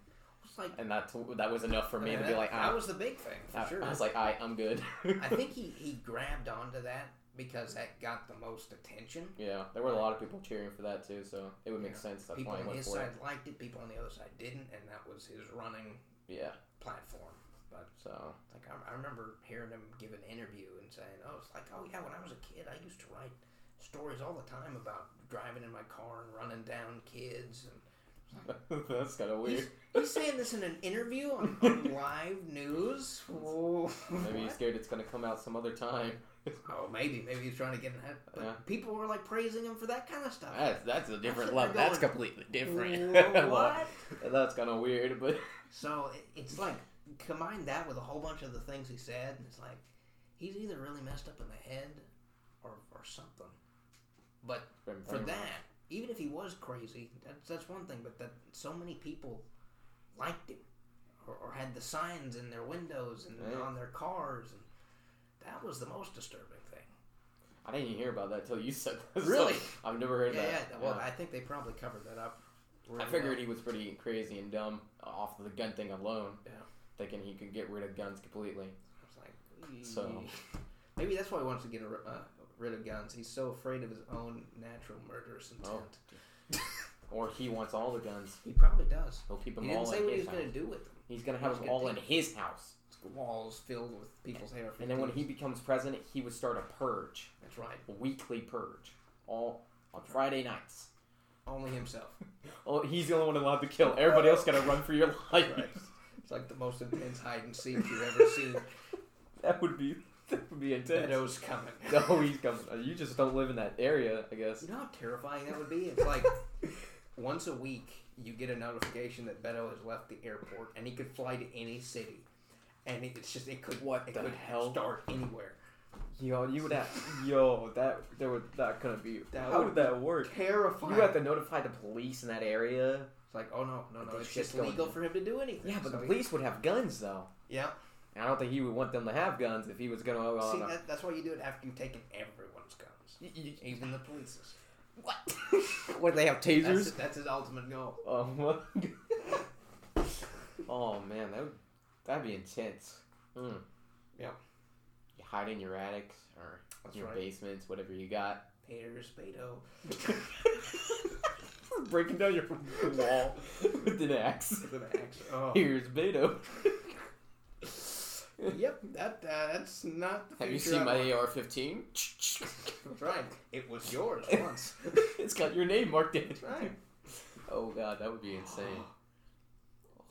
Speaker 2: It's like
Speaker 1: and that that was enough for me
Speaker 2: I
Speaker 1: to
Speaker 2: mean,
Speaker 1: be
Speaker 2: that-
Speaker 1: like,
Speaker 2: that
Speaker 1: I,
Speaker 2: was the big thing for
Speaker 1: I,
Speaker 2: sure.
Speaker 1: I was like, I, I'm good.
Speaker 2: I think he, he grabbed onto that because that got the most attention.
Speaker 1: Yeah, there were a lot of people cheering for that too, so it would make
Speaker 2: Yeah.
Speaker 1: sense. That's
Speaker 2: people
Speaker 1: why I
Speaker 2: on
Speaker 1: went
Speaker 2: his
Speaker 1: for
Speaker 2: side
Speaker 1: it.
Speaker 2: liked it, people on the other side didn't, and that was his running
Speaker 1: Yeah.
Speaker 2: platform.
Speaker 1: So
Speaker 2: Like I, I remember hearing him give an interview and saying, "Oh, it's like oh yeah, when I was a kid, I used to write stories all the time about driving in my car and running down kids." And
Speaker 1: that's kind of weird.
Speaker 2: he's saying this in an interview on, on live news. Whoa.
Speaker 1: Maybe he's
Speaker 2: What?
Speaker 1: scared it's gonna come out some other time.
Speaker 2: Oh, maybe. Maybe he's trying to get an ad. But
Speaker 1: Yeah.
Speaker 2: people were like praising him for that kind of stuff.
Speaker 1: That's that's a different
Speaker 2: They're
Speaker 1: level. That's
Speaker 2: going,
Speaker 1: completely different.
Speaker 2: what?
Speaker 1: that's kind of weird, but
Speaker 2: so it, it's like combine that with a whole bunch of the things he said, and it's like he's either really messed up in the head or, or something. But for that, even if he was crazy, that's, that's one thing. But that so many people liked him or, or had the signs in their windows and
Speaker 1: Right.
Speaker 2: on their cars, and that was the most disturbing thing.
Speaker 1: I didn't even hear about that until you said that. so
Speaker 2: Really?
Speaker 1: I've never heard
Speaker 2: Yeah,
Speaker 1: that.
Speaker 2: yeah. Well,
Speaker 1: Yeah.
Speaker 2: I think they probably covered that up.
Speaker 1: I,
Speaker 2: really
Speaker 1: figured
Speaker 2: well.
Speaker 1: he was pretty crazy and dumb off the gun thing alone.
Speaker 2: Yeah.
Speaker 1: Thinking he could get rid of guns completely.
Speaker 2: It's like,
Speaker 1: So-
Speaker 2: maybe that's why he wants to get a- uh, rid of guns. He's so afraid of his own natural murderous
Speaker 1: Oh.
Speaker 2: intent.
Speaker 1: Or he wants all the guns.
Speaker 2: He probably does.
Speaker 1: He'll keep them
Speaker 2: He
Speaker 1: all
Speaker 2: didn't say
Speaker 1: in
Speaker 2: what he
Speaker 1: his
Speaker 2: was
Speaker 1: house.
Speaker 2: going to do with them.
Speaker 1: He's gonna
Speaker 2: he
Speaker 1: have
Speaker 2: was
Speaker 1: them
Speaker 2: gonna
Speaker 1: all in
Speaker 2: take-
Speaker 1: his house.
Speaker 2: Walls filled with people's hair. for
Speaker 1: And then when he
Speaker 2: years.
Speaker 1: becomes president, he would start a purge,
Speaker 2: that's right,
Speaker 1: a weekly purge, all on Friday nights.
Speaker 2: only himself.
Speaker 1: Oh, he's the only one allowed to kill. Everybody else gotta run for your life.
Speaker 2: Right. It's like the most intense hide and seek you've ever seen.
Speaker 1: That would be that would be intense.
Speaker 2: Deado's coming.
Speaker 1: No, he's coming. Oh, You just don't live in that area, I guess.
Speaker 2: You know how terrifying that would be? It's like once a week you get a notification that Beto has left the airport and he could fly to any city. And it- it's just it could what it
Speaker 1: the
Speaker 2: could
Speaker 1: hell?
Speaker 2: start anywhere.
Speaker 1: Yo, you would have. Yo, that there would that couldn't be.
Speaker 2: That
Speaker 1: how
Speaker 2: would
Speaker 1: would that work?
Speaker 2: Terrifying.
Speaker 1: You have to notify the police in that area.
Speaker 2: it's like, oh no, no, no,
Speaker 1: This
Speaker 2: it's
Speaker 1: shit's
Speaker 2: just
Speaker 1: going
Speaker 2: legal
Speaker 1: down.
Speaker 2: for him to do anything.
Speaker 1: Yeah, but the
Speaker 2: So he-
Speaker 1: police would have guns though.
Speaker 2: Yeah.
Speaker 1: And I don't think he would want them to have guns if he was gonna go
Speaker 2: See
Speaker 1: on. a-
Speaker 2: that, that's why you do it after you've taken everyone's guns.
Speaker 1: Y- y-
Speaker 2: Even the police's.
Speaker 1: What? what they have tasers?
Speaker 2: That's, that's his ultimate goal.
Speaker 1: Oh my god. Oh man, that would, that'd be intense. Mm.
Speaker 2: Yep.
Speaker 1: You hide in your attics or
Speaker 2: That's
Speaker 1: your
Speaker 2: right.
Speaker 1: basements, whatever you got.
Speaker 2: Here's Beto.
Speaker 1: Breaking down your wall with an axe.
Speaker 2: With an axe. Oh.
Speaker 1: Here's Beto.
Speaker 2: Yep, that uh, that's not the
Speaker 1: Have you
Speaker 2: future I
Speaker 1: seen
Speaker 2: want.
Speaker 1: my AR-15?
Speaker 2: That's right. It was yours once.
Speaker 1: it's got your name marked in it.
Speaker 2: That's right.
Speaker 1: Oh god, that would be insane.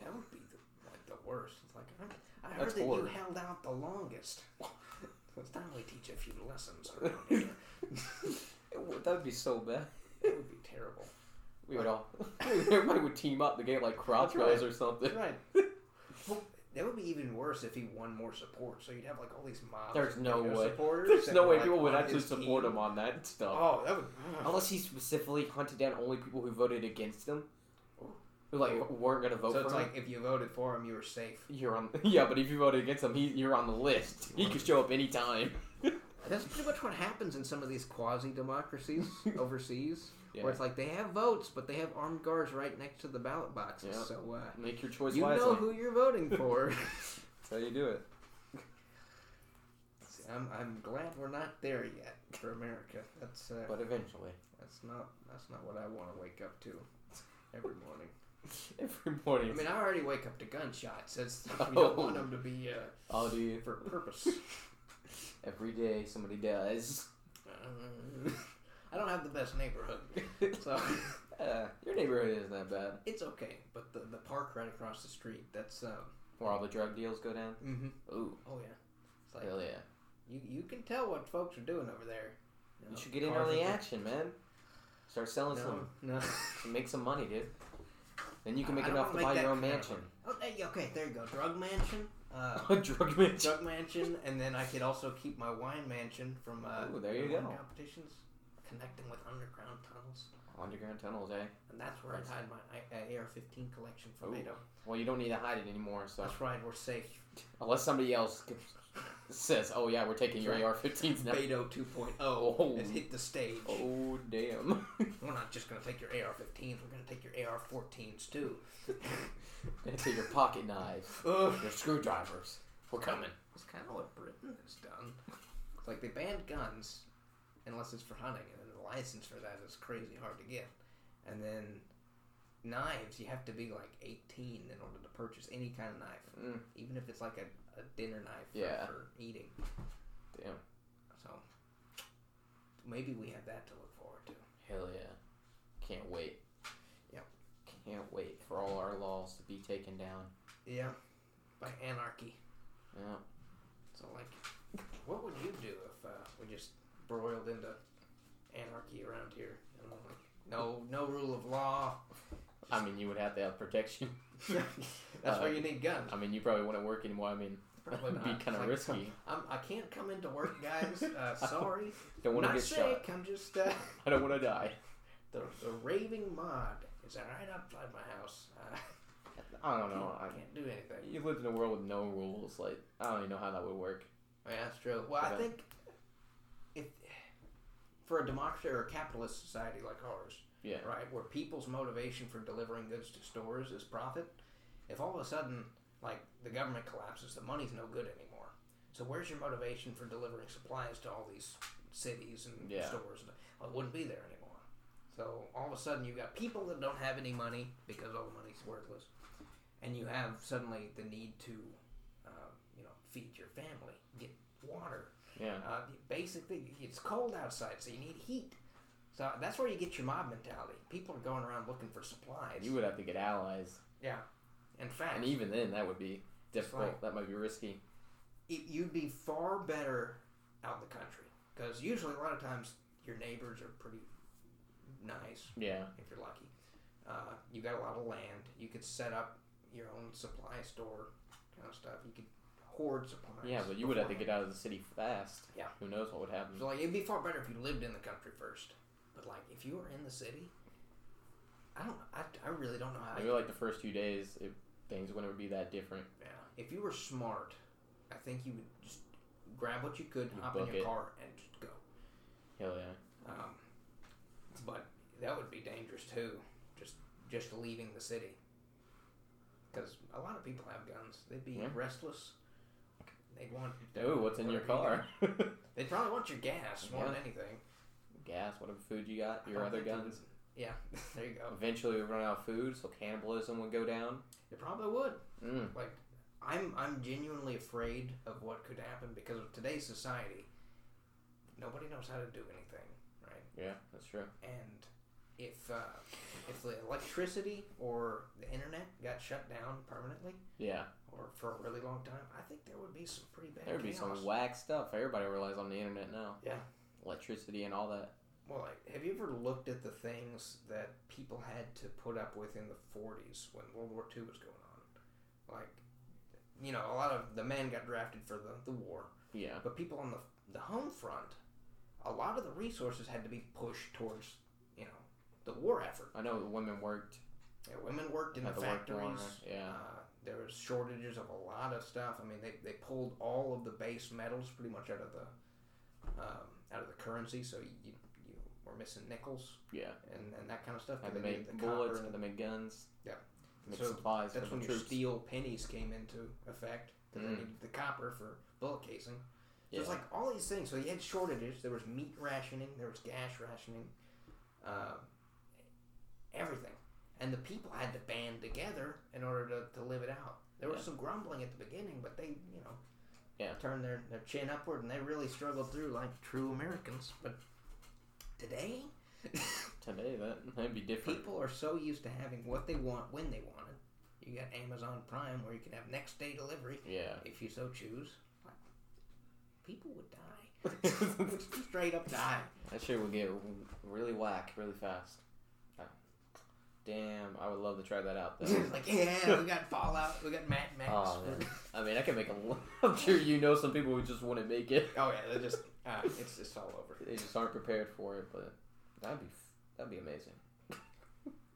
Speaker 2: That would be the, like the worst. It's like I, I heard
Speaker 1: That's
Speaker 2: that
Speaker 1: horrible.
Speaker 2: you held out the longest. It's time we teach a few lessons around here.
Speaker 1: It would- that would be so bad.
Speaker 2: That would be terrible.
Speaker 1: We would all, everybody would team up to get like
Speaker 2: That's
Speaker 1: crossbows
Speaker 2: right.
Speaker 1: or something.
Speaker 2: right. Well, that would be even worse if he won more support. So you'd have like all these mobs.
Speaker 1: There's
Speaker 2: of
Speaker 1: no
Speaker 2: Beto
Speaker 1: way.
Speaker 2: Supporters
Speaker 1: There's
Speaker 2: that
Speaker 1: no
Speaker 2: were,
Speaker 1: way
Speaker 2: like,
Speaker 1: people would
Speaker 2: on
Speaker 1: actually
Speaker 2: his
Speaker 1: support
Speaker 2: team.
Speaker 1: him on that stuff.
Speaker 2: Oh, that would.
Speaker 1: Unless he specifically hunted down only people who voted against him, who like weren't gonna vote
Speaker 2: Oh. so
Speaker 1: for
Speaker 2: it's
Speaker 1: him.
Speaker 2: like if you voted for him, you were safe.
Speaker 1: you're on, yeah, but if you voted against him, he, you're on the list. He could show up anytime.
Speaker 2: That's pretty much what happens in some of these quasi democracies overseas,
Speaker 1: Yeah.
Speaker 2: where it's like they have votes, but they have armed guards right next to the ballot boxes.
Speaker 1: Yeah.
Speaker 2: So uh,
Speaker 1: Make your choice
Speaker 2: you
Speaker 1: wisely.
Speaker 2: know who you're voting for.
Speaker 1: That's how you do it.
Speaker 2: I'm, I'm glad we're not there yet for America. That's uh,
Speaker 1: But eventually,
Speaker 2: that's not that's not what I want to wake up to every morning.
Speaker 1: every morning.
Speaker 2: I mean, I already wake up to gunshots. That's we
Speaker 1: Oh.
Speaker 2: don't want them to be uh,
Speaker 1: I'll do you.
Speaker 2: for purpose.
Speaker 1: Every day somebody dies.
Speaker 2: Uh, I don't have the best neighborhood, so.
Speaker 1: Uh, your neighborhood isn't that bad.
Speaker 2: It's okay, but the, the park right across the street, that's um
Speaker 1: Where all the drug deals go down.
Speaker 2: mhm.
Speaker 1: Ooh,
Speaker 2: oh yeah. It's like
Speaker 1: hell yeah.
Speaker 2: you, you can tell what folks are doing over there.
Speaker 1: You should get in on the action, man. Start selling
Speaker 2: No,
Speaker 1: some.
Speaker 2: no.
Speaker 1: Make some money, dude. Then you can
Speaker 2: I-
Speaker 1: make
Speaker 2: I don't
Speaker 1: enough to
Speaker 2: wanna make
Speaker 1: buy
Speaker 2: that
Speaker 1: your own
Speaker 2: kind of
Speaker 1: mansion.
Speaker 2: oh, there you- okay, there you go. Drug mansion, uh,
Speaker 1: A drug mansion.
Speaker 2: drug mansion, and then I could also keep my wine mansion from uh,
Speaker 1: Ooh, there you
Speaker 2: wine
Speaker 1: go.
Speaker 2: competitions, connecting with underground tunnels,
Speaker 1: Underground tunnels, eh?
Speaker 2: and that's where
Speaker 1: Nice.
Speaker 2: I hide my I- uh, AR-15 collection from
Speaker 1: Ooh.
Speaker 2: Beto.
Speaker 1: Well, you don't need to hide it anymore. So
Speaker 2: That's right, we're safe.
Speaker 1: unless somebody else g- says, "Oh yeah, we're taking your
Speaker 2: Right.
Speaker 1: AR-15s now,"
Speaker 2: Beto 2.0
Speaker 1: Oh.
Speaker 2: has hit the stage.
Speaker 1: oh damn,
Speaker 2: We're not just going to take your AR-15s. We're going to take your AR-14s too.
Speaker 1: gonna take your pocket knives,
Speaker 2: Ugh.
Speaker 1: your screwdrivers. We're coming.
Speaker 2: It's kind of what Britain has done. It's like they banned guns, unless it's for hunting, and then the license for that is crazy hard to get. And then knives, you have to be like 18 in order to purchase any kind of knife,
Speaker 1: Mm.
Speaker 2: even if it's like a, a dinner knife for,
Speaker 1: Yeah.
Speaker 2: for eating.
Speaker 1: Damn,
Speaker 2: So maybe we have that to look forward to.
Speaker 1: hell yeah, can't wait.
Speaker 2: Yep.
Speaker 1: can't wait for all our laws to be taken down.
Speaker 2: Yeah, by anarchy.
Speaker 1: Yeah.
Speaker 2: So, like, what would you do if uh, we just broiled into anarchy around here? And, like, No, no rule of law.
Speaker 1: I mean, you would have to have protection.
Speaker 2: That's why you need guns.
Speaker 1: I mean, you probably wouldn't work anymore. I mean,
Speaker 2: Probably
Speaker 1: it'd be
Speaker 2: not.
Speaker 1: kind of
Speaker 2: Like,
Speaker 1: risky.
Speaker 2: I'm, I can't come into work, guys. Uh, sorry,
Speaker 1: Don't want to
Speaker 2: not
Speaker 1: get
Speaker 2: sick.
Speaker 1: shot.
Speaker 2: I'm just uh,
Speaker 1: I don't want to die.
Speaker 2: the, the raving mod is right outside my house. Uh,
Speaker 1: I don't know.
Speaker 2: Can't-
Speaker 1: I,
Speaker 2: can't do anything.
Speaker 1: you lived in a world with no rules. Like I don't even know how that would work.
Speaker 2: I mean, that's true. Well, I
Speaker 1: Yeah.
Speaker 2: think if for a democracy or a capitalist society like ours,
Speaker 1: Yeah.
Speaker 2: right, where people's motivation for delivering goods to stores is profit, if all of a sudden, like, the government collapses, the money's no good anymore. So where's your motivation for delivering supplies to all these cities and
Speaker 1: Yeah.
Speaker 2: stores? Well, it wouldn't be there anymore. So all of a sudden, you've got people that don't have any money because all the money's worthless, and you have suddenly the need to, uh, you know, feed your family, get water,
Speaker 1: Yeah.
Speaker 2: uh, basically, it's cold outside, so you need heat. So that's where you get your mob mentality. People are going around looking for supplies.
Speaker 1: You would have to get allies,
Speaker 2: yeah. In fact,
Speaker 1: and even then, that would be difficult.
Speaker 2: Right.
Speaker 1: That might be risky.
Speaker 2: it, you'd be far better out in the country because usually a lot of times your neighbors are pretty nice
Speaker 1: Yeah.
Speaker 2: if you're lucky. Uh, you got a lot of land. You could set up your own supply store kind of stuff. You could hoard supplies.
Speaker 1: Yeah, but you would have to
Speaker 2: beforehand.
Speaker 1: get out of the city fast.
Speaker 2: Yeah.
Speaker 1: Who knows what would happen?
Speaker 2: So like it'd be far better if you lived in the country first. But like if you were in the city, I don't. I, I really don't know how.
Speaker 1: Maybe like the first few days, it, things wouldn't be that different.
Speaker 2: yeah. If you were smart, I think you would just grab what you could,
Speaker 1: You
Speaker 2: hop in
Speaker 1: book
Speaker 2: your
Speaker 1: it.
Speaker 2: car, and just go.
Speaker 1: Hell yeah.
Speaker 2: Um, but that would be dangerous too. Just just leaving the city. Because a lot of people have guns. They'd be
Speaker 1: Yeah.
Speaker 2: restless. They'd want.
Speaker 1: Dude, what's in your
Speaker 2: whatever
Speaker 1: car?
Speaker 2: They'd probably want your gas more than
Speaker 1: Yeah.
Speaker 2: anything.
Speaker 1: Gas, whatever food you got,
Speaker 2: I
Speaker 1: your
Speaker 2: don't
Speaker 1: other
Speaker 2: think they
Speaker 1: guns.
Speaker 2: Yeah, there you go.
Speaker 1: Eventually, we run out of food, so cannibalism would go down.
Speaker 2: They probably would.
Speaker 1: Mm.
Speaker 2: like I'm I'm genuinely afraid of what could happen because of today's society. Nobody knows how to do anything, right?
Speaker 1: Yeah, that's true.
Speaker 2: And if uh, if the electricity or the internet got shut down permanently
Speaker 1: Yeah,
Speaker 2: or for a really long time, I think there would be some pretty bad.
Speaker 1: there would be
Speaker 2: chaos.
Speaker 1: some whack stuff. Everybody relies on the internet now.
Speaker 2: Yeah.
Speaker 1: Electricity and all that.
Speaker 2: Well, like, have you ever looked at the things that people had to put up with in the 40s when World War II was going on? Like, you know, a lot of the men got drafted for the, the war.
Speaker 1: Yeah.
Speaker 2: But people on the the home front, a lot of the resources had to be pushed towards you know the war effort.
Speaker 1: I know the women worked
Speaker 2: Yeah, women worked in
Speaker 1: at
Speaker 2: the
Speaker 1: the work
Speaker 2: factories.
Speaker 1: longer. Yeah.
Speaker 2: Uh, there was shortages of a lot of stuff. I mean, they, they pulled all of the base metals pretty much out of the um, out of the currency. So you you were missing nickels
Speaker 1: Yeah.
Speaker 2: and, and that kind of stuff.
Speaker 1: Had to
Speaker 2: They needed
Speaker 1: make
Speaker 2: the copper
Speaker 1: bullets,
Speaker 2: and
Speaker 1: had to make guns.
Speaker 2: Yeah.
Speaker 1: Make
Speaker 2: So
Speaker 1: supplies for
Speaker 2: That's
Speaker 1: the
Speaker 2: when your
Speaker 1: troops.
Speaker 2: steel pennies came into effect because
Speaker 1: Mm.
Speaker 2: they needed the copper for bullet casing. So
Speaker 1: Yeah.
Speaker 2: it's like all these things. So you had shortages. There was meat rationing. There was gas rationing. Uh, everything, and the people had to band together in order to, to live it out. There was
Speaker 1: Yeah.
Speaker 2: some grumbling at the beginning, but they, you know,
Speaker 1: Yeah.
Speaker 2: turned their, their chin upward and they really struggled through like true Americans. But today,
Speaker 1: Today, that, that'd be different.
Speaker 2: People are so used to having what they want when they want it. You got Amazon Prime where you can have next day delivery
Speaker 1: Yeah.
Speaker 2: if you so choose. Like, People would die. Would Straight up die.
Speaker 1: That shit would get really whack really fast. Like, Damn, I would love to try that out though.
Speaker 2: like, yeah, we got Fallout, we got Mad Max.
Speaker 1: Oh, man. I mean, I can make a. lo- I'm sure you know some people who just wouldn't make it.
Speaker 2: oh yeah, they just uh, it's just all over.
Speaker 1: They just aren't prepared for it, but that'd be f- that'd be amazing.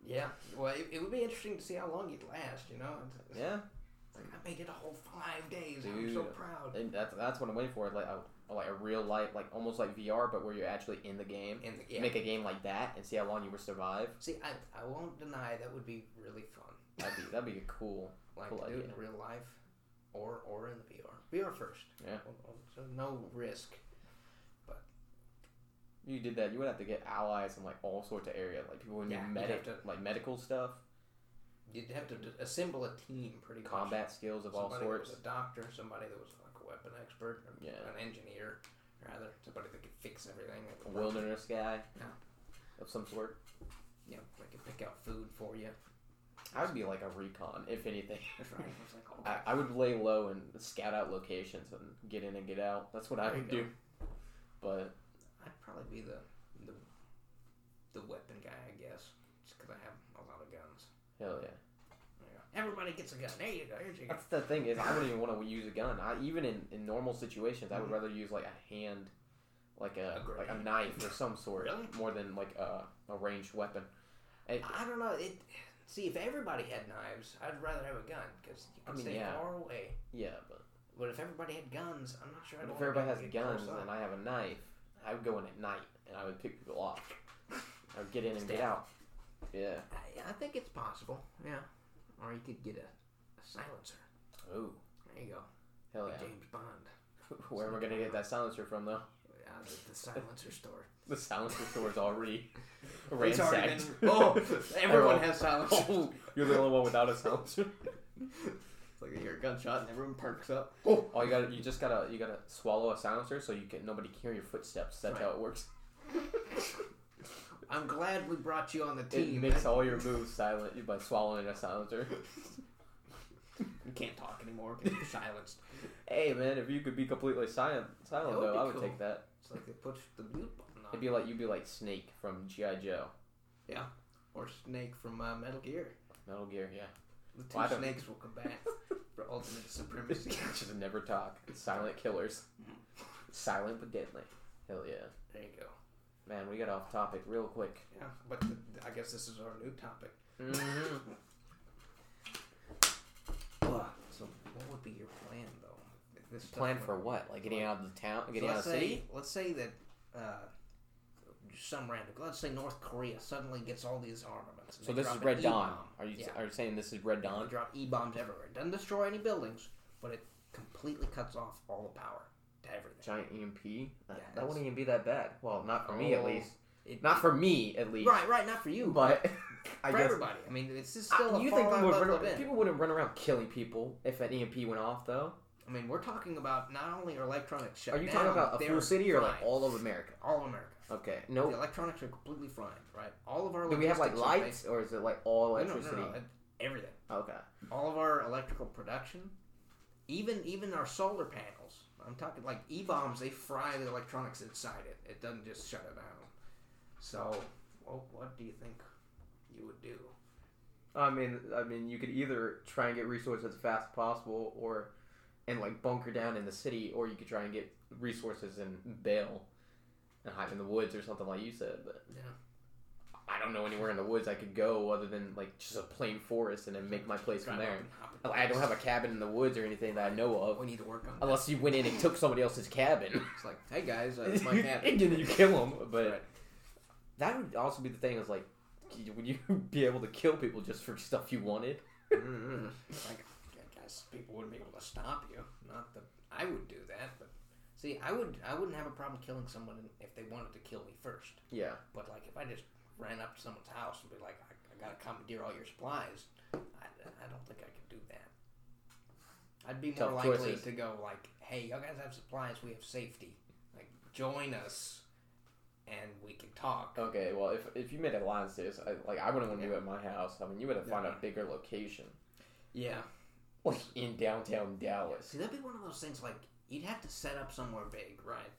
Speaker 2: Yeah. Well, it, it would be interesting to see how long you'd last. You know, it's, it's
Speaker 1: Yeah,
Speaker 2: like I made it a whole five days. I'm so
Speaker 1: Dude.
Speaker 2: proud.
Speaker 1: and that's that's what I'm waiting for. Like a, like a real life, like almost like VR, but where you're actually in the game.
Speaker 2: And yeah,
Speaker 1: Make a game like that and see how long you would survive.
Speaker 2: see, I I won't deny that would be really fun.
Speaker 1: That'd be that'd be cool.
Speaker 2: like
Speaker 1: Cool
Speaker 2: to do it
Speaker 1: idea.
Speaker 2: in real life or or in the VR. VR first.
Speaker 1: Yeah.
Speaker 2: Well, well, So no risk.
Speaker 1: You did that. You would have to get allies in like all sorts of areas, like people who need
Speaker 2: Yeah, you'd
Speaker 1: medic,
Speaker 2: have
Speaker 1: like medical stuff,
Speaker 2: You'd have to d- assemble a team pretty much.
Speaker 1: combat skills of all
Speaker 2: somebody
Speaker 1: sorts.
Speaker 2: That was a doctor, somebody that was like a weapon expert, or
Speaker 1: Yeah.
Speaker 2: an engineer, rather somebody that could fix everything. That
Speaker 1: A
Speaker 2: could
Speaker 1: wilderness guy
Speaker 2: Yeah.
Speaker 1: of some sort.
Speaker 2: You know, that could pick out food for you.
Speaker 1: I would be like a recon, if anything.
Speaker 2: That's right. I was like, oh,
Speaker 1: I, I would lay low and scout out locations and get in and get out. That's what I
Speaker 2: There you
Speaker 1: would
Speaker 2: go.
Speaker 1: do. But
Speaker 2: I'd probably be the the the weapon guy, I guess, just 'cause I have a lot of guns.
Speaker 1: hell yeah,
Speaker 2: Yeah. Everybody gets a gun. There you go. Here's your gun.
Speaker 1: that's the thing is I wouldn't even want to use a gun. I even in, in normal situations I would
Speaker 2: Mhm.
Speaker 1: rather use like a hand, like a,
Speaker 2: A
Speaker 1: like a
Speaker 2: grenade.
Speaker 1: knife or some sort,
Speaker 2: Really?
Speaker 1: more than like a, a ranged weapon. It,
Speaker 2: I don't know. It See, if everybody had knives, I'd rather have a gun because you
Speaker 1: I
Speaker 2: can
Speaker 1: mean,
Speaker 2: stay
Speaker 1: yeah.
Speaker 2: far away.
Speaker 1: Yeah, but
Speaker 2: But if everybody had guns, I'm not sure. I'd
Speaker 1: if
Speaker 2: wanna
Speaker 1: everybody
Speaker 2: go
Speaker 1: has
Speaker 2: get
Speaker 1: guns
Speaker 2: close up.
Speaker 1: and I have a knife, I would go in at night and I would pick people off. I would get in and
Speaker 2: Stab.
Speaker 1: get out. Yeah.
Speaker 2: I, I think it's possible. Yeah. Or you could get a, a silencer.
Speaker 1: Ooh.
Speaker 2: There you go.
Speaker 1: Hell
Speaker 2: Like
Speaker 1: yeah.
Speaker 2: James Bond.
Speaker 1: Where am I gonna get that silencer from though?
Speaker 2: Out at the silencer store.
Speaker 1: The silencer store is already
Speaker 2: It's already
Speaker 1: ransacked.
Speaker 2: been- oh, everyone
Speaker 1: Oh.
Speaker 2: has silencers.
Speaker 1: oh, you're the only one without a silencer.
Speaker 2: It's like you hear a gunshot and everyone perks up.
Speaker 1: Oh, you gotta, you just gotta, you gotta swallow a silencer so you can nobody can hear your footsteps. That's how it works.
Speaker 2: I'm glad we brought you on the
Speaker 1: It
Speaker 2: team.
Speaker 1: makes all your moves silent by swallowing a silencer.
Speaker 2: you can't talk anymore because you're silenced.
Speaker 1: Hey man, if you could be completely silent, silent
Speaker 2: That would
Speaker 1: though,
Speaker 2: be
Speaker 1: I would
Speaker 2: cool.
Speaker 1: take that.
Speaker 2: It's like they push the mute button
Speaker 1: It'd
Speaker 2: on.
Speaker 1: be like you'd be like Snake from GI Joe,
Speaker 2: Or Snake from uh, Metal Gear.
Speaker 1: Metal Gear. Yeah,
Speaker 2: The two
Speaker 1: Well, I don't-
Speaker 2: snakes will combat for ultimate supremacy.
Speaker 1: just never talk. Silent killers,
Speaker 2: Mm-hmm.
Speaker 1: silent but deadly. Hell yeah,
Speaker 2: there you go.
Speaker 1: man. We got off topic real quick.
Speaker 2: Yeah, but th I guess this is our new topic.
Speaker 1: Mm-hmm.
Speaker 2: So, what would be your plan though? If This stuff
Speaker 1: Plan
Speaker 2: went-
Speaker 1: for what? Like getting out of the town,
Speaker 2: So
Speaker 1: getting out of
Speaker 2: let's
Speaker 1: the
Speaker 2: say,
Speaker 1: city.
Speaker 2: Let's say that uh, some random. Let's say North Korea suddenly gets all these armaments. and
Speaker 1: So
Speaker 2: they
Speaker 1: this is
Speaker 2: drop an
Speaker 1: Red Dawn.
Speaker 2: E-bomb.
Speaker 1: Are you
Speaker 2: Yeah.
Speaker 1: are you saying this is Red
Speaker 2: They
Speaker 1: Dawn?
Speaker 2: drop e bombs everywhere. It doesn't destroy any buildings, but it completely cuts off all the power to everything.
Speaker 1: Giant EMP. That,
Speaker 2: Yeah,
Speaker 1: that wouldn't even be that bad. Well, not for me at
Speaker 2: Oh.
Speaker 1: least.
Speaker 2: It-
Speaker 1: Not for me at least.
Speaker 2: Right, right. Not for you, but
Speaker 1: But I
Speaker 2: for
Speaker 1: guess
Speaker 2: everybody. I mean, it's just
Speaker 1: I-
Speaker 2: still a
Speaker 1: you
Speaker 2: you
Speaker 1: think
Speaker 2: far
Speaker 1: people would
Speaker 2: think
Speaker 1: run,
Speaker 2: event.
Speaker 1: people wouldn't run around killing people if an EMP went off though?
Speaker 2: I mean, we're talking about not only are electronics shut
Speaker 1: Are you
Speaker 2: down,
Speaker 1: talking about a
Speaker 2: they're
Speaker 1: full city or like
Speaker 2: flying.
Speaker 1: all of America?
Speaker 2: all of America?
Speaker 1: Okay.
Speaker 2: The
Speaker 1: Nope.
Speaker 2: electronics are completely flying, right? All of our
Speaker 1: Do we have like
Speaker 2: logistics are
Speaker 1: lights or is it like all
Speaker 2: based- No, no,
Speaker 1: electricity?
Speaker 2: no, no, it- everything.
Speaker 1: Okay.
Speaker 2: all of our electrical production, even even our solar panels. I'm talking like e bombs. They fry the electronics inside it. It doesn't just shut it down. So, well, what do you think you would do?
Speaker 1: I mean, I mean, you could either try and get resources as fast as possible, or and like bunker down in the city, or you could try and get resources and bail and hide in the woods or something like you said. But
Speaker 2: Yeah.
Speaker 1: I don't know anywhere in the woods I could go other than like just a plain forest and then make my place from
Speaker 2: Drive
Speaker 1: there.
Speaker 2: up and hop in
Speaker 1: Like, I don't have
Speaker 2: place.
Speaker 1: a cabin in the woods or anything that I know of,
Speaker 2: We need to work on.
Speaker 1: unless you went in and took somebody else's cabin.
Speaker 2: that. It's like, hey guys, uh, my
Speaker 1: and
Speaker 2: cabin.
Speaker 1: then you kill them, but
Speaker 2: Right.
Speaker 1: that would also be the thing. Is like, would you be able to kill people just for stuff you wanted? Mm-hmm.
Speaker 2: Mm, mm. like, I guess people wouldn't be able to stop you. Not that I would do that, but see, I would I wouldn't have a problem killing someone if they wanted to kill me first.
Speaker 1: Yeah.
Speaker 2: But like, if I just ran up to someone's house and be like, "I, I gotta commandeer all your supplies," I, I don't think I could do that. I'd be more
Speaker 1: Tough
Speaker 2: likely
Speaker 1: choices.
Speaker 2: to go like, "Hey, y'all guys have supplies. We have safety. Like, join us, and we can talk."
Speaker 1: Okay, well, if, if you made alliances, I, like I wouldn't want to do it at my house. I mean, you would have found
Speaker 2: Yeah.
Speaker 1: a bigger location,
Speaker 2: Yeah.
Speaker 1: like in downtown Dallas.
Speaker 2: See, that'd be one of those things like you'd have to set up somewhere big, right?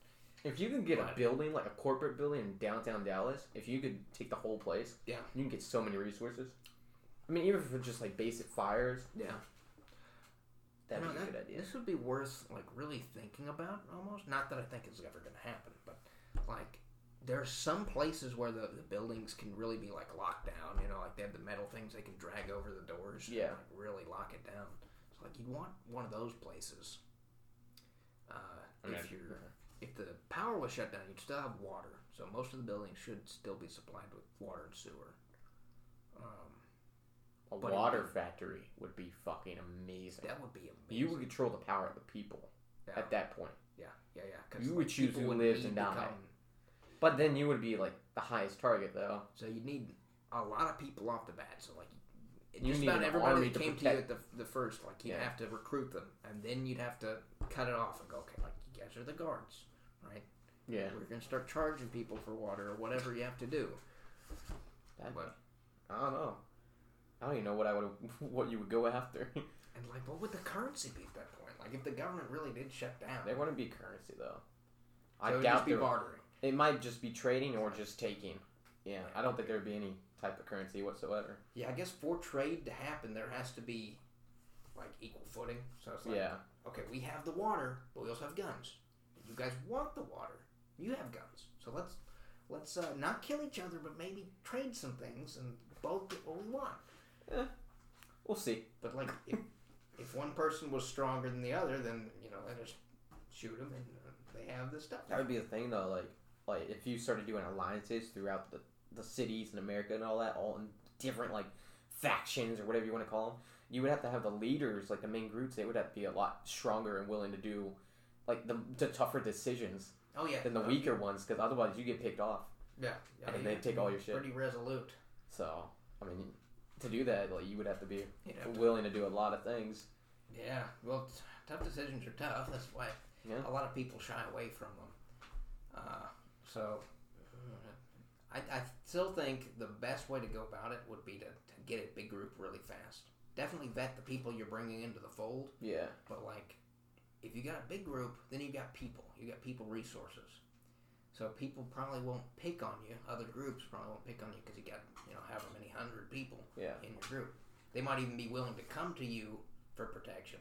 Speaker 1: If you can get a
Speaker 2: Right.
Speaker 1: building, like a corporate building in downtown Dallas, if you could take the whole place,
Speaker 2: Yeah.
Speaker 1: you can get so many resources. I mean, even for just like basic fires,
Speaker 2: Yeah.
Speaker 1: that'd
Speaker 2: No,
Speaker 1: be a
Speaker 2: that-
Speaker 1: good idea.
Speaker 2: This would be worth like really thinking about almost. Not that I think it's ever going to happen, but like there are some places where the, the buildings can really be like locked down. You know, like they have the metal things they can drag over the doors. and,
Speaker 1: Yeah.
Speaker 2: like, really lock it down. So like you want one of those places. Uh,
Speaker 1: I mean,
Speaker 2: if you're if the power was shut down, you'd still have water. So most of the buildings should still be supplied with water and sewer. Um,
Speaker 1: a
Speaker 2: but it-
Speaker 1: water factory would be fucking amazing.
Speaker 2: that would be amazing.
Speaker 1: You would control the power of the people
Speaker 2: Yeah.
Speaker 1: at that point,
Speaker 2: yeah, yeah, yeah. 'cause,
Speaker 1: you would choose
Speaker 2: people
Speaker 1: who
Speaker 2: would
Speaker 1: lives and
Speaker 2: need to
Speaker 1: die.
Speaker 2: come-
Speaker 1: but then you would be like the highest target, though.
Speaker 2: So you need a lot of people off the bat. So like, it
Speaker 1: You
Speaker 2: just
Speaker 1: need
Speaker 2: about
Speaker 1: an
Speaker 2: everybody
Speaker 1: army
Speaker 2: that
Speaker 1: to
Speaker 2: came to you at
Speaker 1: protect-
Speaker 2: the, the first, like you'd
Speaker 1: Yeah.
Speaker 2: have to recruit them, and then you'd have to cut it off and go, okay, like you guys are the guards, right?
Speaker 1: Yeah,
Speaker 2: We're gonna start charging people for water or whatever you have to do.
Speaker 1: That'd
Speaker 2: But-
Speaker 1: be- I don't know. I don't even know what I would what you would go after.
Speaker 2: And like, what would the currency be at that point? Like, if the government really did shut down,
Speaker 1: There wouldn't be currency though.
Speaker 2: so it
Speaker 1: I
Speaker 2: would
Speaker 1: doubt
Speaker 2: just be
Speaker 1: there.
Speaker 2: bartering.
Speaker 1: It might just be trading or just taking. Yeah, I don't think there would be any type of currency whatsoever.
Speaker 2: Yeah, I guess for trade to happen, there has to be like equal footing. So it's like,
Speaker 1: yeah,
Speaker 2: okay, we have the water, but we also have guns. You guys want the water. You have guns. So let's let's uh, not kill each other, but maybe trade some things and both get what we want.
Speaker 1: We'll see.
Speaker 2: But like, if, if one person was stronger than the other, then you know, let us shoot them, and uh, they have the stuff.
Speaker 1: That would be the thing though, like like if you started doing alliances throughout the, the cities in America and all that, all in different like factions or whatever you want to call them, you would have to have the leaders, like the main groups, they would have to be a lot stronger and willing to do like the, the tougher decisions
Speaker 2: Oh yeah,
Speaker 1: than the
Speaker 2: uh,
Speaker 1: weaker ones, because otherwise you get picked off.
Speaker 2: Yeah, I
Speaker 1: and
Speaker 2: mean,
Speaker 1: they
Speaker 2: you're
Speaker 1: take all your shit.
Speaker 2: Pretty resolute.
Speaker 1: So I mean, to do that, like you would have to be
Speaker 2: You'd have to-
Speaker 1: willing to do a lot of things.
Speaker 2: yeah, well, t- tough decisions are tough. That's why
Speaker 1: Yeah.
Speaker 2: a lot of people shy away from them. Uh, so, uh, I, I still think the best way to go about it would be to, to get a big group really fast. Definitely vet the people you're bringing into the fold.
Speaker 1: Yeah.
Speaker 2: But like, if you got a big group, then you got people. You got people resources. So people probably won't pick on you. Other groups probably won't pick on you because you got you know however many hundred people
Speaker 1: Yeah.
Speaker 2: in your group. They might even be willing to come to you for protection.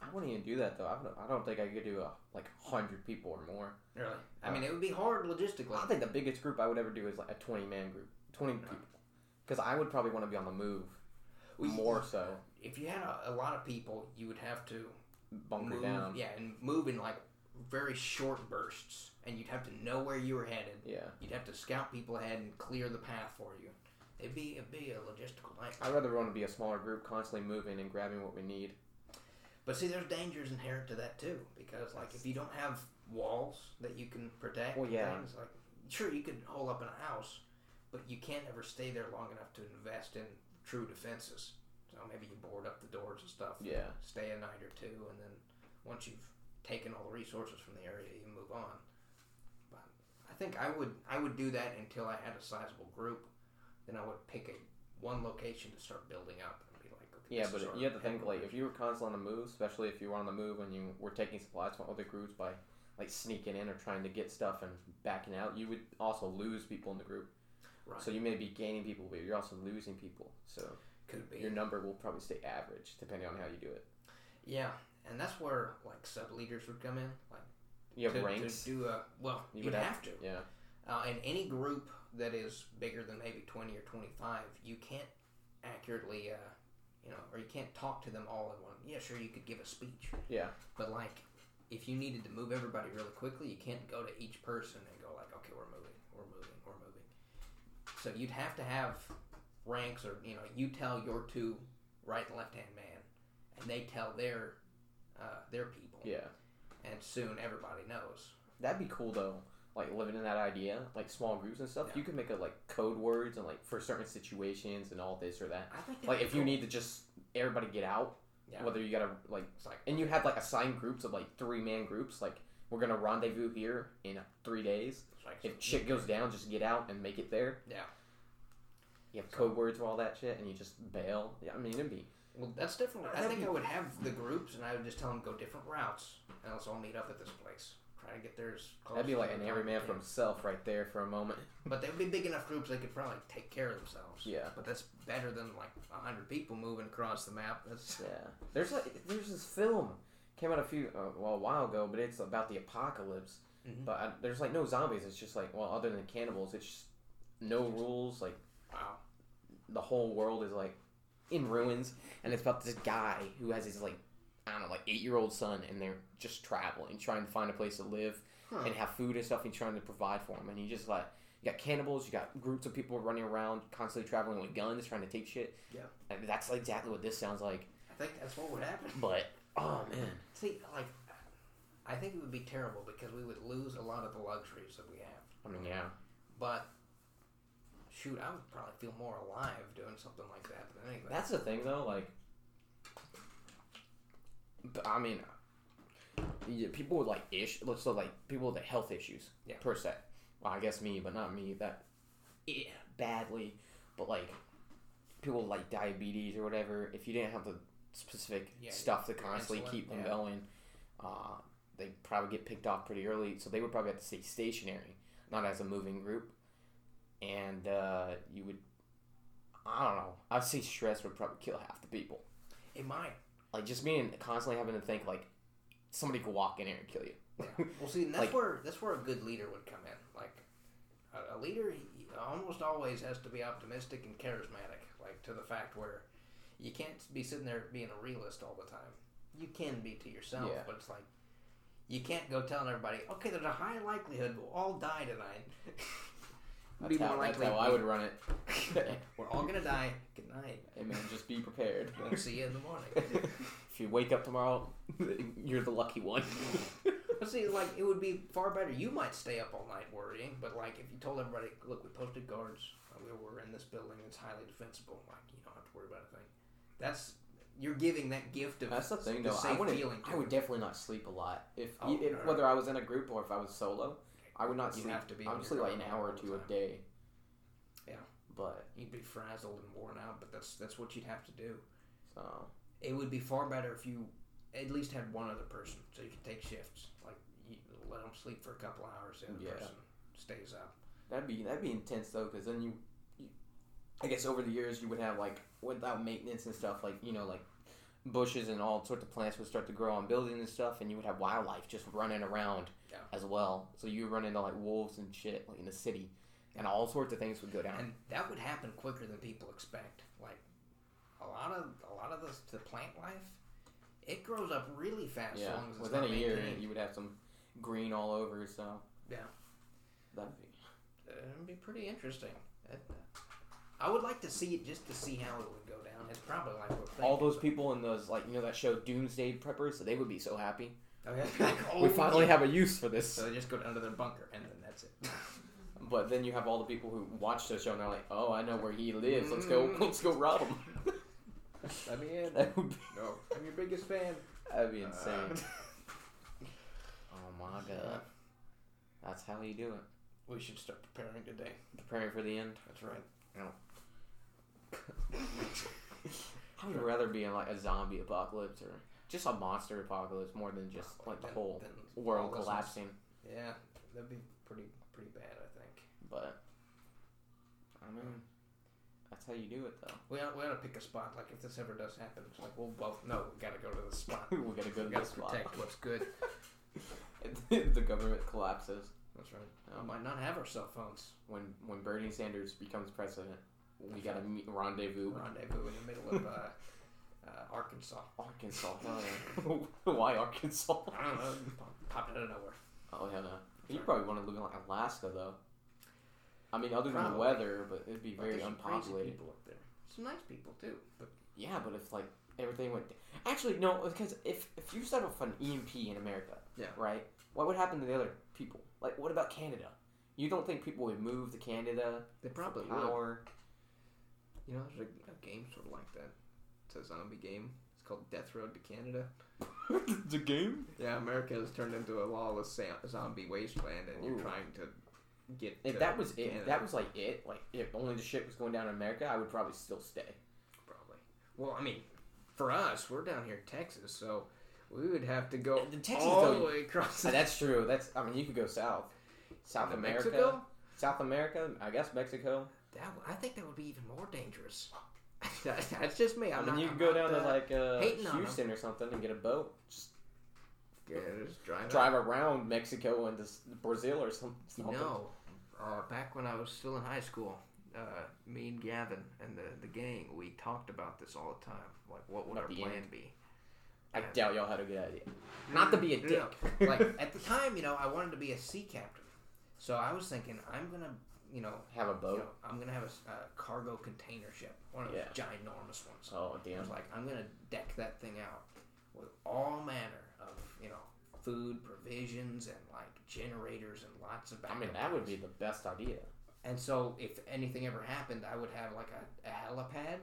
Speaker 1: I wouldn't even do that though. I don't, I don't think I could do a, like hundred people or more.
Speaker 2: Really? I mean, it would be hard logistically.
Speaker 1: I think the biggest group I would ever do is like a 20 man group, 20 people. Because I would probably want to be on the move
Speaker 2: Well, you-
Speaker 1: more so,
Speaker 2: If you had a, a lot of people, you would have to
Speaker 1: bunker
Speaker 2: move,
Speaker 1: down.
Speaker 2: yeah, and move in like very short bursts, and you'd have to know where you were headed.
Speaker 1: Yeah.
Speaker 2: You'd have to scout people ahead and clear the path for you. It'd be it'd be a logistical nightmare.
Speaker 1: I'd rather want to be a smaller group, constantly moving and grabbing what we need.
Speaker 2: But see, there's dangers inherent to that too, because like if you don't have walls that you can protect,
Speaker 1: Well,
Speaker 2: and
Speaker 1: yeah.
Speaker 2: things, like sure you could hole up in a house, but you can't ever stay there long enough to invest in true defenses. So maybe you board up the doors and stuff,
Speaker 1: Yeah.
Speaker 2: stay a night or two, and then once you've taken all the resources from the area, you move on. But I think I would I would do that until I had a sizable group, then I would pick a one location to start building up and be like, okay,
Speaker 1: Yeah,
Speaker 2: this
Speaker 1: but
Speaker 2: is our
Speaker 1: you have to think
Speaker 2: headquarters.
Speaker 1: like if you were constantly on the move, especially if you were on the move when you were taking supplies from other groups by like sneaking in or trying to get stuff and backing out, you would also lose people in the group.
Speaker 2: Right.
Speaker 1: So you may be gaining people, but you're also losing people. So
Speaker 2: could be
Speaker 1: your number will probably stay average depending on how you do it.
Speaker 2: Yeah, and that's where like sub leaders would come in. Like
Speaker 1: You have
Speaker 2: to,
Speaker 1: ranks.
Speaker 2: to do a well,
Speaker 1: You
Speaker 2: you
Speaker 1: would
Speaker 2: would
Speaker 1: have-
Speaker 2: have, to.
Speaker 1: yeah.
Speaker 2: Uh, in any group that is bigger than maybe twenty or twenty five, you can't accurately, uh, you know, or you can't talk to them all in one. Yeah, sure, you could give a speech.
Speaker 1: Yeah.
Speaker 2: but like if you needed to move everybody really quickly, you can't go to each person and go like, okay, we're moving, we're moving, we're moving. So you'd have to have ranks, or you know, you tell your two right and left hand man, and they tell their uh, their people,
Speaker 1: Yeah.
Speaker 2: and soon everybody knows.
Speaker 1: That'd be cool though. Like living in that idea, like small groups and stuff.
Speaker 2: Yeah.
Speaker 1: You could make it like code words and like for certain situations and all this or that.
Speaker 2: I think that'd
Speaker 1: Like
Speaker 2: be
Speaker 1: if you
Speaker 2: cool.
Speaker 1: need to just everybody get out,
Speaker 2: yeah,
Speaker 1: whether you gotta like,
Speaker 2: it's like
Speaker 1: and you had like assigned groups of like three man groups. Like we're gonna rendezvous here in three days.
Speaker 2: it's like
Speaker 1: If shit goes down, just get out and make it there.
Speaker 2: Yeah.
Speaker 1: You have code words for all that shit, and you just bail. Yeah, I mean it'd be
Speaker 2: well, that's definitely. I
Speaker 1: That'd
Speaker 2: think
Speaker 1: be-
Speaker 2: I would have the groups, and I would just tell them go different routes, and let's all meet up at this place. Try to get theirs.
Speaker 1: that'd be like an every man for himself right there for a moment.
Speaker 2: But they would be big enough groups they could probably take care of themselves.
Speaker 1: Yeah.
Speaker 2: But that's better than like hundred people moving across the map. That's
Speaker 1: Yeah, there's like there's this film came out a few uh, well a while ago, but it's about the apocalypse.
Speaker 2: Mhm.
Speaker 1: But I, there's like no zombies. It's just like well, other than cannibals, it's just no rules. Like
Speaker 2: wow.
Speaker 1: the whole world is like in ruins, and it's about this guy who has his like I don't know like eight year old son, and they're just traveling, trying to find a place to live
Speaker 2: Huh.
Speaker 1: and have food and stuff, and trying to provide for him. And you just like you got cannibals, you got groups of people running around, constantly traveling with guns, trying to take shit.
Speaker 2: Yeah.
Speaker 1: and that's exactly what this sounds like.
Speaker 2: I think that's what would happen.
Speaker 1: But oh man.
Speaker 2: See, like, I think it would be terrible because we would lose a lot of the luxuries that we have.
Speaker 1: I mean, yeah.
Speaker 2: But shoot, I would probably feel more alive doing something like that than anything.
Speaker 1: That's the thing, though. Like, but, I mean, yeah, people with like ish, let's say like people with health issues,
Speaker 2: Yeah.
Speaker 1: per se. Well, I guess me, but not me that eh, badly. But like people with like diabetes or whatever, if you didn't have the specific
Speaker 2: Yeah,
Speaker 1: stuff to constantly
Speaker 2: insulin,
Speaker 1: keep them
Speaker 2: yeah.
Speaker 1: going, uh, they probably get picked off pretty early. So they would probably have to stay stationary, not as a moving group. And uh, you would I don't know. I'd say stress would probably kill half the people.
Speaker 2: it might.
Speaker 1: Like just being constantly having to think like somebody could walk in here and kill you.
Speaker 2: Yeah. Well, see, and that's
Speaker 1: Like-
Speaker 2: where that's where a good leader would come in. Like a, a leader, he almost always has to be optimistic and charismatic, like to the fact where you can't be sitting there being a realist all the time. You can be to yourself,
Speaker 1: Yeah.
Speaker 2: but it's like you can't go telling everybody, okay, there's a high likelihood we'll all die tonight.
Speaker 1: That's,
Speaker 2: be
Speaker 1: how,
Speaker 2: more
Speaker 1: that's
Speaker 2: likely.
Speaker 1: how I would run it.
Speaker 2: We're all gonna die. Good night.
Speaker 1: I mean, just be prepared.
Speaker 2: We'll see you in the morning.
Speaker 1: if you wake up tomorrow, you're the lucky one.
Speaker 2: But see, like it would be far better. You might stay up all night worrying, but like if you told everybody, look, we posted guards, uh, we were in this building, it's highly defensible. Like you don't have to worry about a thing. That's you're giving that gift of
Speaker 1: That's the thing,
Speaker 2: the
Speaker 1: though. I
Speaker 2: same
Speaker 1: wouldn't.
Speaker 2: feeling.
Speaker 1: I would definitely not sleep a lot if,
Speaker 2: Oh,
Speaker 1: if
Speaker 2: no.
Speaker 1: whether I was in a group or if I was solo. I would not
Speaker 2: You'd
Speaker 1: sleep.
Speaker 2: have to be
Speaker 1: I
Speaker 2: on
Speaker 1: would
Speaker 2: your
Speaker 1: sleep like an
Speaker 2: guard
Speaker 1: hour or
Speaker 2: all the
Speaker 1: two a
Speaker 2: time.
Speaker 1: day.
Speaker 2: Yeah.
Speaker 1: But
Speaker 2: You'd be frazzled and worn out, but that's that's what you'd have to do.
Speaker 1: so
Speaker 2: It would be far better if you at least had one other person, so you could take shifts. Like you let them sleep for a couple hours, the other
Speaker 1: Yeah.
Speaker 2: person stays up.
Speaker 1: that'd be that'd be intense though, because then you, you, I guess over the years you would have like without maintenance and stuff like you know like bushes and all sorts of plants would start to grow on buildings and stuff, and you would have wildlife just running around
Speaker 2: Yeah.
Speaker 1: as well. So you run into like wolves and shit like in the city, and all sorts of things would go down.
Speaker 2: and that would happen quicker than people expect. Like a lot of a lot of the, the plant life, it grows up really fast. as
Speaker 1: yeah,
Speaker 2: long as it's
Speaker 1: within
Speaker 2: not
Speaker 1: a year
Speaker 2: maintained.
Speaker 1: you would have some green all over. So
Speaker 2: Yeah.
Speaker 1: that'd be
Speaker 2: it'd be pretty interesting. It- I would like to see it just to see how it would go down. It's probably like we're thinking.
Speaker 1: all those people in those like you know that show Doomsday Preppers. They would be so happy.
Speaker 2: Okay. Like,
Speaker 1: we
Speaker 2: oh,
Speaker 1: finally
Speaker 2: yeah.
Speaker 1: have a use for this.
Speaker 2: So they just go down to their bunker and then that's it.
Speaker 1: But then you have all the people who watch the show and they're like, "Oh, I know where he lives. Let's go.
Speaker 2: Mm.
Speaker 1: Let's go rob him."
Speaker 2: Let me in.
Speaker 1: that would be,
Speaker 2: No, I'm your biggest fan.
Speaker 1: that'd be
Speaker 2: Uh,
Speaker 1: insane. oh my god, that's how you do it.
Speaker 2: we should start preparing today.
Speaker 1: Preparing for the end.
Speaker 2: That's right.
Speaker 1: I would rather be in like a zombie apocalypse or just a monster apocalypse more than just like the
Speaker 2: Then-
Speaker 1: whole
Speaker 2: then
Speaker 1: world
Speaker 2: all this-
Speaker 1: collapsing.
Speaker 2: Yeah, that'd be pretty pretty bad, I think.
Speaker 1: But I mean, that's how you do it, though.
Speaker 2: We ought, we ought to pick a spot. Like if this ever does happen, it's like we'll both know we gotta go to the spot.
Speaker 1: we gotta go
Speaker 2: we
Speaker 1: to
Speaker 2: gotta
Speaker 1: this spot.
Speaker 2: protect what's good.
Speaker 1: If the government collapses
Speaker 2: That's right.
Speaker 1: Yeah.
Speaker 2: We might not have our cell phones.
Speaker 1: when when Bernie Sanders becomes president. We
Speaker 2: That's
Speaker 1: gotta meet rendezvous with
Speaker 2: Rendezvous in the middle of uh, uh, Arkansas.
Speaker 1: Arkansas. Hell yeah. Why Arkansas?
Speaker 2: I don't know. pop- Pop out of nowhere.
Speaker 1: Oh hell no. You probably want to live in like Alaska though. I mean, other than the
Speaker 2: Probably.
Speaker 1: weather, but it'd be
Speaker 2: But
Speaker 1: very
Speaker 2: there's some crazy
Speaker 1: unpopulated.
Speaker 2: people up there. Some nice people too. But
Speaker 1: Yeah, but if like everything went, actually no, because if if you set off an EMP in America,
Speaker 2: Yeah.
Speaker 1: right, what would happen to the other people? Like, what about Canada? You don't think people would move to Canada?
Speaker 2: they
Speaker 1: for
Speaker 2: probably would.
Speaker 1: power.
Speaker 2: You know, there's a, a game sort of like that. It's a zombie game. It's called Death Road to Canada.
Speaker 1: the game.
Speaker 2: Yeah, America has turned into a lawless sa- zombie wasteland, and you're
Speaker 1: Ooh.
Speaker 2: trying to get.
Speaker 1: If
Speaker 2: to
Speaker 1: that was it,
Speaker 2: Canada,
Speaker 1: if that was like it, like if only the shit was going down in America, I would probably still stay.
Speaker 2: probably. Well, I mean, for us, we're down here in Texas, so we would have to go
Speaker 1: The Texas
Speaker 2: all
Speaker 1: don't-
Speaker 2: the way across
Speaker 1: So that's true. That's I mean, you could go south, South
Speaker 2: to
Speaker 1: America,
Speaker 2: Mexico.
Speaker 1: South America. I guess Mexico.
Speaker 2: That w- I think that would be even more dangerous. That- that's just me.
Speaker 1: I
Speaker 2: I'm
Speaker 1: mean,
Speaker 2: not,
Speaker 1: you
Speaker 2: I'm
Speaker 1: could go down
Speaker 2: not,
Speaker 1: to
Speaker 2: uh,
Speaker 1: like uh,
Speaker 2: hating on 'em.
Speaker 1: Houston or something and get a boat, just
Speaker 2: yeah, just drive.
Speaker 1: drive around Mexico and this Brazil or some-
Speaker 2: You
Speaker 1: something.
Speaker 2: know, uh, back when I was still in high school, uh, me and Gavin and the, the gang, we talked about this all the time. Like, what would
Speaker 1: About
Speaker 2: our
Speaker 1: the
Speaker 2: plan
Speaker 1: end.
Speaker 2: be?
Speaker 1: I doubt y'all had a good idea. Not to be a
Speaker 2: No,
Speaker 1: dick.
Speaker 2: like at the time, you know, I wanted to be a sea captain, so I was thinking I'm gonna, you know,
Speaker 1: have a
Speaker 2: you
Speaker 1: boat.
Speaker 2: know, I'm gonna have a s- a cargo container ship, one of
Speaker 1: Yeah.
Speaker 2: those ginormous ones.
Speaker 1: Oh
Speaker 2: I was
Speaker 1: damn!
Speaker 2: like, I'm gonna deck that thing out with all manner of, you know, food, provisions, and like generators and lots of.
Speaker 1: I mean,
Speaker 2: backup
Speaker 1: that would
Speaker 2: plans.
Speaker 1: be the best idea.
Speaker 2: And so, if anything ever happened, I would have like a, a helipad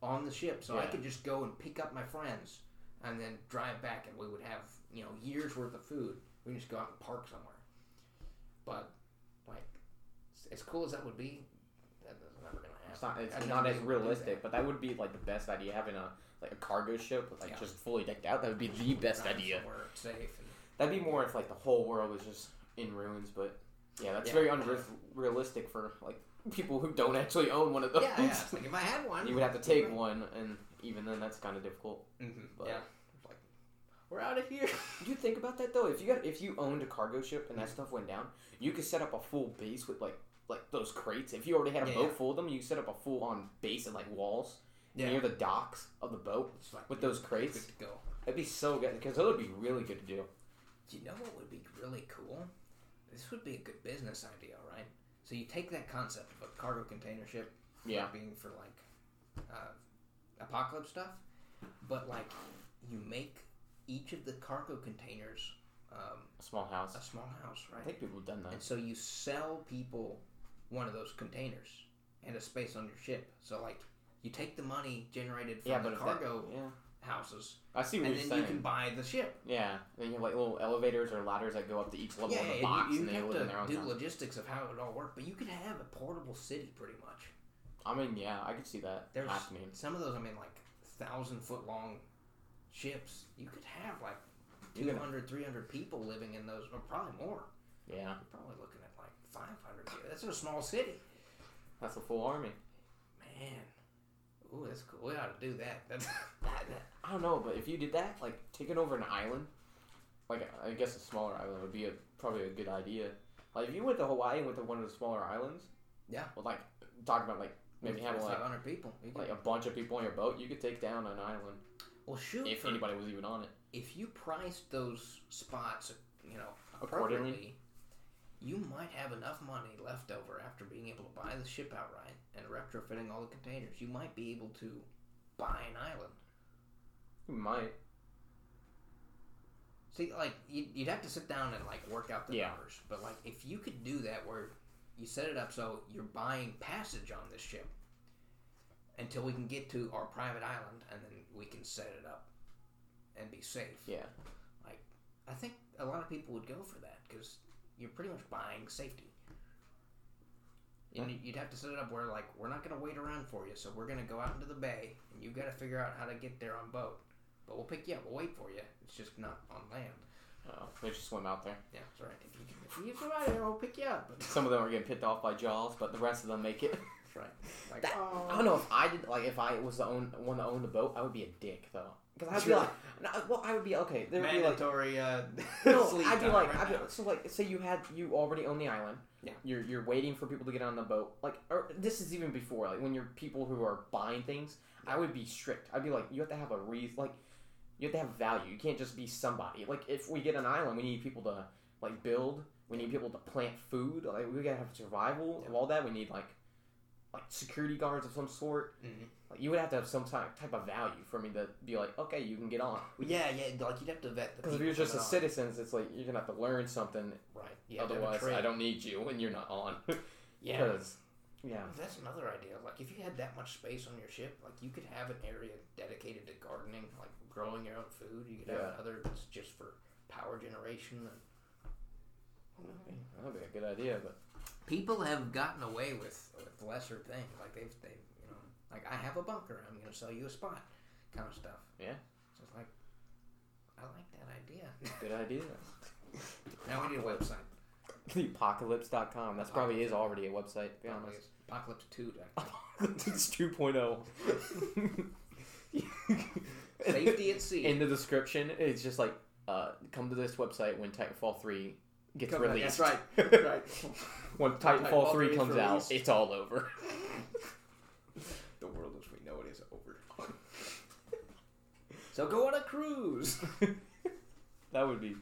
Speaker 2: on the ship, so I
Speaker 1: Yeah.
Speaker 2: could just go and pick up my friends, and then drive back, and we would have you know years worth of food. We just go out and park somewhere. But like, s- as cool as that would be, that's never gonna happen.
Speaker 1: It's not. It's
Speaker 2: I'd
Speaker 1: not as
Speaker 2: never be able to do
Speaker 1: realistic, but that would be like the best idea. Having a like a cargo ship with like
Speaker 2: Yeah.
Speaker 1: just fully decked out. That would be the
Speaker 2: that.
Speaker 1: best
Speaker 2: Drive
Speaker 1: idea.
Speaker 2: somewhere safe. and-
Speaker 1: That'd be more if like the whole world was just in ruins, but yeah, that's
Speaker 2: Yeah.
Speaker 1: very unrealistic for like people who don't actually own one of those.
Speaker 2: yeah, yeah. It's like if I had one,
Speaker 1: you would have to take
Speaker 2: Right.
Speaker 1: one, and even then, that's kind of difficult.
Speaker 2: Mm-hmm.
Speaker 1: But-
Speaker 2: yeah. Like, we're out of here.
Speaker 1: Do you think about that though? If you got if you owned a cargo ship and
Speaker 2: Mm-hmm.
Speaker 1: that stuff went down, you could set up a full base with like like those crates. If you already had a
Speaker 2: Yeah,
Speaker 1: boat
Speaker 2: yeah.
Speaker 1: full of them, you could set up a full on base and like walls.
Speaker 2: Yeah.
Speaker 1: near the docks of the boat
Speaker 2: It's like
Speaker 1: with those
Speaker 2: good
Speaker 1: crates.
Speaker 2: to go.
Speaker 1: That'd be so good because that would be really good to do.
Speaker 2: Do you know what would be really cool? This would be a good business idea, right? So you take that concept of a cargo container ship
Speaker 1: Yeah.
Speaker 2: being for like uh, apocalypse stuff, but like you make each of the cargo containers um,
Speaker 1: A small house.
Speaker 2: a small house,
Speaker 1: I
Speaker 2: right?
Speaker 1: think people have done that.
Speaker 2: And so you sell people one of those containers and a space on your ship. So like you take the money generated from
Speaker 1: Yeah,
Speaker 2: the
Speaker 1: but if that-
Speaker 2: cargo
Speaker 1: Yeah.
Speaker 2: houses,
Speaker 1: I see what
Speaker 2: and
Speaker 1: you're
Speaker 2: then
Speaker 1: saying.
Speaker 2: you can buy the ship.
Speaker 1: Yeah, and you have like little elevators or ladders that go up to each level
Speaker 2: yeah,
Speaker 1: of the
Speaker 2: and
Speaker 1: box,
Speaker 2: you, you
Speaker 1: and they
Speaker 2: have
Speaker 1: live
Speaker 2: to
Speaker 1: in their own.
Speaker 2: do
Speaker 1: house.
Speaker 2: logistics of how it all worked, but you could have a portable city pretty much.
Speaker 1: I mean, yeah, I could see that
Speaker 2: There's
Speaker 1: happening.
Speaker 2: some of those. I mean, like thousand foot long ships. You could have like
Speaker 1: You could-
Speaker 2: 200, 300 people living in those, or probably more.
Speaker 1: Yeah,
Speaker 2: You're probably looking at like five hundred. That's a small city.
Speaker 1: that's a full army.
Speaker 2: Man. Ooh, that's cool. We ought to do that. That's, that, that-
Speaker 1: I don't know, but if you did that, like taking over an island, like I guess a smaller island would be a, probably a good idea. Like if you went to Hawaii and went to one of the smaller islands,
Speaker 2: Yeah.
Speaker 1: well, like talking about like maybe
Speaker 2: with
Speaker 1: having like
Speaker 2: 500 people. You could-
Speaker 1: like a bunch of people on your boat, you could take down an island
Speaker 2: well, shoot.
Speaker 1: if
Speaker 2: for-
Speaker 1: anybody was even on it.
Speaker 2: if you priced those spots, you know,
Speaker 1: Accordingly.
Speaker 2: appropriately, you might have enough money left over after being able to buy the ship outright and retrofitting all the containers. You might be able to buy an island.
Speaker 1: You might.
Speaker 2: See, like you'd, you'd have to sit down and like work out the
Speaker 1: Yeah.
Speaker 2: numbers, but like if you could do that, where you set it up so you're buying passage on this ship until we can get to our private island, and then we can set it up and be safe.
Speaker 1: Yeah.
Speaker 2: I think a lot of people would go for that because you're pretty much buying safety. And you- you'd have to set it up where, like, we're not going to wait around for you, so we're going to go out into the bay, and you've got to figure out how to get there on boat. But we'll pick you up. We'll wait for you. It's just not on land.
Speaker 1: Oh, they just swim out there.
Speaker 2: Yeah, that's right. If you, if you come out here, we'll pick you up.
Speaker 1: Some of them are getting picked off by jaws, but the rest of them make it.
Speaker 2: That's right. Like,
Speaker 1: That-
Speaker 2: oh.
Speaker 1: I don't know if I did like if I was the own one that owned the boat, I would be a dick though. Because I'd be
Speaker 2: Sure.
Speaker 1: like, no, well, I would be okay. There would be like,
Speaker 2: Mandatory, uh,
Speaker 1: no,
Speaker 2: sleep
Speaker 1: I'd be
Speaker 2: time
Speaker 1: like,
Speaker 2: right
Speaker 1: I'd be,
Speaker 2: now.
Speaker 1: so like, say you had you already own the island.
Speaker 2: Yeah.
Speaker 1: You're you're waiting for people to get on the boat. Like, or this is even before like when you're people who are buying things. I would be strict. I'd be like, you have to have a reason. Like, you have to have value. You can't just be somebody. Like, if we get an island, we need people to like build. We need people to plant food. Like, we gotta have survival of all that. We need like like security guards of some sort.
Speaker 2: Mhm.
Speaker 1: Like you would have to have some type type of value for me to be like, okay, you can get on.
Speaker 2: Yeah, yeah, like, you'd have to vet the
Speaker 1: Because if
Speaker 2: people
Speaker 1: you're just a
Speaker 2: coming on.
Speaker 1: citizen, it's like you're gonna have to learn something.
Speaker 2: Right. You have to have a
Speaker 1: Otherwise, I
Speaker 2: trade.
Speaker 1: don't need you when you're not on.
Speaker 2: Yeah.
Speaker 1: 'Cause- yeah,
Speaker 2: That's another idea. Like, if you had that much space on your ship, like you could have an area dedicated to gardening, like growing your own food. You could
Speaker 1: Yeah.
Speaker 2: have another that's just for power generation. And
Speaker 1: that'd be a good idea. But
Speaker 2: people have gotten away with, with lesser things. Like they've they you know like I have a bunker. I'm gonna sell you a spot, kind of stuff.
Speaker 1: Yeah.
Speaker 2: So it's like, I like that idea.
Speaker 1: good idea.
Speaker 2: now we need a website.
Speaker 1: Theapocalypse.com. That's probably is already a website. To be honest,
Speaker 2: Apocalypse two.
Speaker 1: it's 2.0.
Speaker 2: Safety at sea.
Speaker 1: In the description, it's just like, uh, come to this website when Titanfall three gets
Speaker 2: Come-
Speaker 1: released.
Speaker 2: That's right. That's right.
Speaker 1: when Titanfall
Speaker 2: Titanfall
Speaker 1: three
Speaker 2: 3 is
Speaker 1: comes out,
Speaker 2: released.
Speaker 1: it's all over.
Speaker 2: The world as we know it is over. so go on a cruise.
Speaker 1: that would be,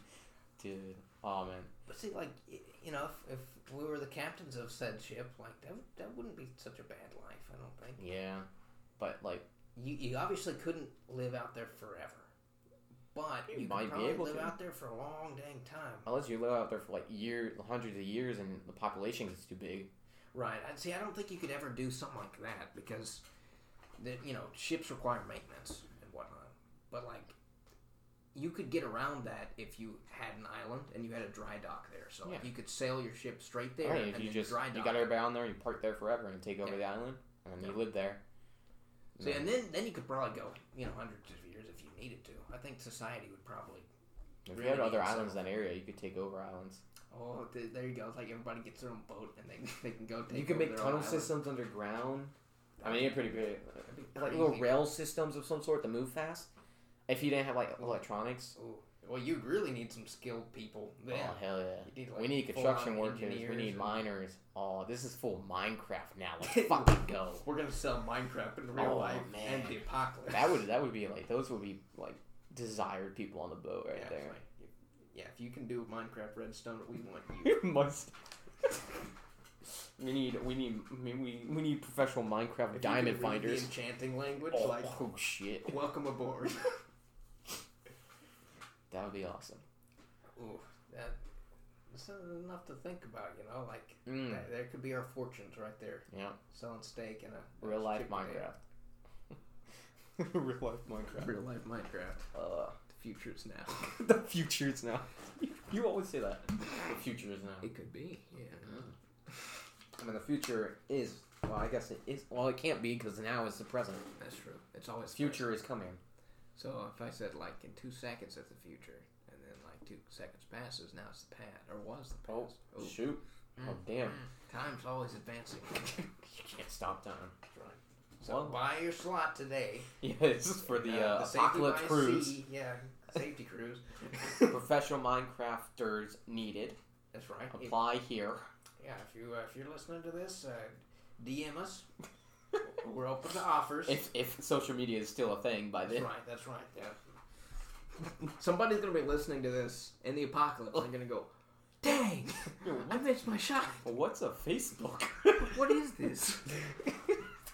Speaker 1: dude. Oh man.
Speaker 2: But see, like y- you know, if, if we were the captains of said ship, like that would- that wouldn't be such a bad life. I don't think
Speaker 1: Yeah, but like
Speaker 2: you you obviously couldn't live out there forever, but
Speaker 1: You
Speaker 2: you,
Speaker 1: might be
Speaker 2: could probably
Speaker 1: able
Speaker 2: live
Speaker 1: to.
Speaker 2: out there for a long dang time.
Speaker 1: unless you live out there for like year, hundreds of years, and the population gets too big.
Speaker 2: Right. I see. I don't think you could ever do something like that because, the, you know, ships require maintenance and whatnot. But like, you could get around that if you had an island and you had a dry dock there. So like,
Speaker 1: Yeah.
Speaker 2: you could sail your ship straight there
Speaker 1: I mean,
Speaker 2: and
Speaker 1: if you
Speaker 2: then
Speaker 1: just
Speaker 2: dry
Speaker 1: you
Speaker 2: dock.
Speaker 1: got everybody on there, you park there forever and take over
Speaker 2: Yeah.
Speaker 1: the island, and then you live there.
Speaker 2: See, and then then you could probably go, you know, hundreds of years if you needed to. I think society would probably.
Speaker 1: If you
Speaker 2: Really
Speaker 1: had other
Speaker 2: need
Speaker 1: islands in that area, you could take over islands.
Speaker 2: Oh, th- there you go. Like everybody gets their own boat and they, they can go take.
Speaker 1: you could
Speaker 2: over
Speaker 1: make
Speaker 2: their own
Speaker 1: tunnel
Speaker 2: island.
Speaker 1: systems underground. I mean, you're pretty big.
Speaker 2: That'd be
Speaker 1: Like little
Speaker 2: crazy.
Speaker 1: rail systems of some sort to move fast. If you didn't have like electronics,
Speaker 2: Ooh. Well, you really need some skilled people then.
Speaker 1: Oh hell yeah!
Speaker 2: You need,
Speaker 1: we need
Speaker 2: full-on
Speaker 1: construction workers. We
Speaker 2: engineers
Speaker 1: need
Speaker 2: and-
Speaker 1: miners. Oh, this is full Minecraft now. Let's fucking go.
Speaker 2: We're gonna sell Minecraft in real
Speaker 1: Oh,
Speaker 2: life
Speaker 1: man.
Speaker 2: and the apocalypse.
Speaker 1: That would that would be like those would be like desired people on the boat right
Speaker 2: yeah,
Speaker 1: there.
Speaker 2: it's like, yeah, if you can do Minecraft Redstone, we want you.
Speaker 1: You must. We need we need I mean, we we need professional Minecraft
Speaker 2: If you
Speaker 1: diamond
Speaker 2: can read
Speaker 1: finders.
Speaker 2: The enchanting language,
Speaker 1: Oh,
Speaker 2: like
Speaker 1: oh, shit,
Speaker 2: welcome aboard.
Speaker 1: that would be awesome.
Speaker 2: Ooh, that. That's enough to think about, you know. Like
Speaker 1: Mm,
Speaker 2: that, there could be our fortunes right there.
Speaker 1: yeah,
Speaker 2: Selling steak and a
Speaker 1: real life
Speaker 2: Chick-fil-A.
Speaker 1: Minecraft. real life Minecraft.
Speaker 2: Real life Minecraft.
Speaker 1: Uh,
Speaker 2: The future is now.
Speaker 1: the future is now. You always say that. The future is now.
Speaker 2: It could be. Yeah.
Speaker 1: I mean, the future is. Well, I guess it is. Well, it can't be because now is the present.
Speaker 2: That's true. It's always
Speaker 1: Future is coming.
Speaker 2: So if I said like in two seconds it's the future, and then like two seconds passes, now it's the past or was the
Speaker 1: Oh,
Speaker 2: past. Ooh. Mm.
Speaker 1: shoot. Oh, damn.
Speaker 2: Time's always advancing.
Speaker 1: You can't stop time.
Speaker 2: So
Speaker 1: Well-
Speaker 2: buy your slot today.
Speaker 1: Yeah, this is for the, uh,
Speaker 2: safety
Speaker 1: apocalypse
Speaker 2: by
Speaker 1: cruise.
Speaker 2: sea, yeah, safety cruise.
Speaker 1: Professional Minecrafters needed.
Speaker 2: That's right. If-
Speaker 1: Apply here.
Speaker 2: yeah, if you uh, if you're listening to this, uh, DM us. We're open to offers.
Speaker 1: If if social media is still a thing by
Speaker 2: That's
Speaker 1: then.
Speaker 2: right. That's right. Yeah. Somebody's gonna be listening to this in the apocalypse. and they're gonna go, "Dang, I missed my shot.
Speaker 1: What's a Facebook?
Speaker 2: What is this?"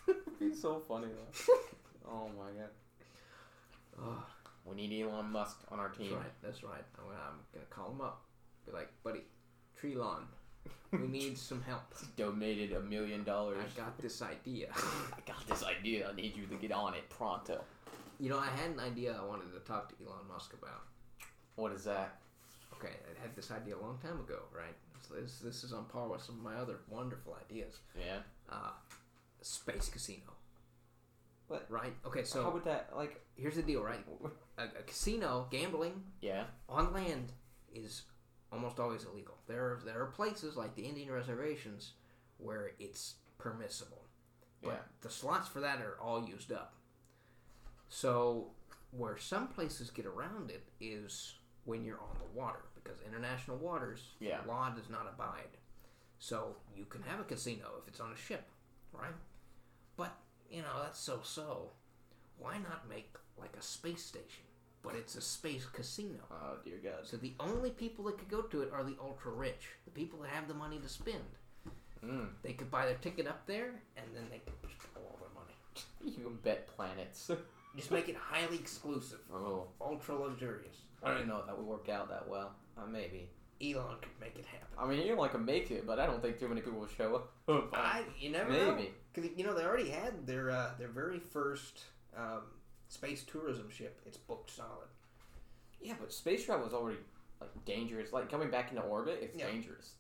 Speaker 1: It'd be so funny. Though. oh my god.
Speaker 2: Oh,
Speaker 1: We need Elon Musk on our
Speaker 2: that's
Speaker 1: team.
Speaker 2: right. That's right. I'm gonna, I'm gonna call him up. Be like, "Buddy, tree lawn, we need some help.
Speaker 1: Donated a million dollars.
Speaker 2: I got this idea.
Speaker 1: I got this idea. I need you to get on it pronto.
Speaker 2: You know, I had an idea I wanted to talk to Elon Musk about.
Speaker 1: What is that?
Speaker 2: Okay, I had this idea a long time ago, right? So this this is on par with some of my other wonderful ideas.
Speaker 1: Yeah.
Speaker 2: Uh, space casino.
Speaker 1: What?
Speaker 2: Right? Okay, so
Speaker 1: How would that like?
Speaker 2: here's the deal, right? A, a casino gambling
Speaker 1: Yeah.
Speaker 2: on land is almost always illegal. There are there are places like the Indian reservations where it's permissible, but
Speaker 1: Yeah.
Speaker 2: the slots for that are all used up. So where some places get around it is when you're on the water because international waters
Speaker 1: Yeah.
Speaker 2: law does not abide. So you can have a casino if it's on a ship, right? But you know that's so so. Why not make like a space station? But it's a space casino.
Speaker 1: Oh dear God.
Speaker 2: So the only people that could go to it are the ultra rich, the people that have the money to spend.
Speaker 1: Mm.
Speaker 2: They could buy their ticket up there, and then they could just pull all their money.
Speaker 1: You can bet planets.
Speaker 2: Just make it highly exclusive,
Speaker 1: oh,
Speaker 2: ultra luxurious.
Speaker 1: I don't know that would work out that well. Uh, maybe.
Speaker 2: Elon could make it happen.
Speaker 1: I mean, you like can make it, but I don't think too many people will show up.
Speaker 2: I, you never know.
Speaker 1: maybe.
Speaker 2: 'Cause, you know they already had their uh, their very first um, space tourism ship. It's booked solid.
Speaker 1: Yeah, but space travel is already like dangerous. Like coming back into orbit, it's
Speaker 2: Yeah.
Speaker 1: dangerous.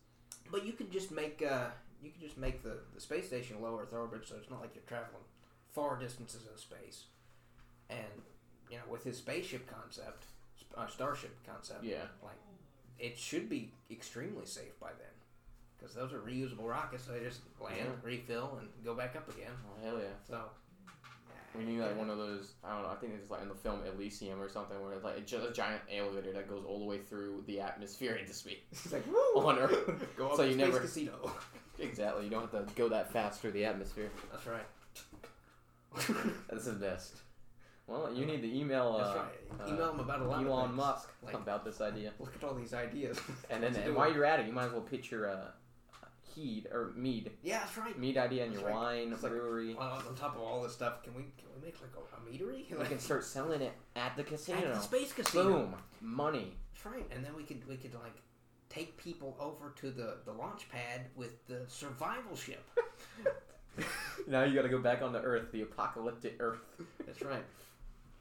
Speaker 2: But you could just make uh, you could just make the, the space station low Earth orbit, so it's not like you're traveling far distances in space. And you know, with his spaceship concept, sp- uh, starship concept,
Speaker 1: Yeah.
Speaker 2: like it should be extremely safe by then, because those are reusable rockets. So they just land,
Speaker 1: Yeah.
Speaker 2: refill, and go back up again.
Speaker 1: Oh hell yeah.
Speaker 2: So
Speaker 1: We need like one of those. I don't know. I think it's like in the film Elysium or something, where it's like it's just a giant elevator that goes all the way through the atmosphere into space.
Speaker 2: It's like woo,
Speaker 1: On Earth.
Speaker 2: go up
Speaker 1: So
Speaker 2: to
Speaker 1: you
Speaker 2: space
Speaker 1: never-
Speaker 2: casino.
Speaker 1: exactly. You don't have to go that fast through the atmosphere.
Speaker 2: That's right.
Speaker 1: Uh, This is best. Well, you need to email. Uh,
Speaker 2: That's right. Email him about a lot. of
Speaker 1: Elon
Speaker 2: things.
Speaker 1: Musk
Speaker 2: Like,
Speaker 1: about this idea.
Speaker 2: look at all these ideas.
Speaker 1: And then
Speaker 2: What's he
Speaker 1: and
Speaker 2: doing?
Speaker 1: while you're at it, you might as well pitch your uh, heed or mead
Speaker 2: yeah, that's right.
Speaker 1: mead idea and your
Speaker 2: That's right.
Speaker 1: wine
Speaker 2: It's like-
Speaker 1: brewery.
Speaker 2: on, on top of all this stuff, can we can we make like a, a meadery?
Speaker 1: we can start selling it at the
Speaker 2: At
Speaker 1: casino.
Speaker 2: the space casino.
Speaker 1: Boom, money.
Speaker 2: That's right. And then we could we could like take people over to the the launch pad with the survival ship.
Speaker 1: Now you got to go back on the Earth, the apocalyptic Earth.
Speaker 2: That's right.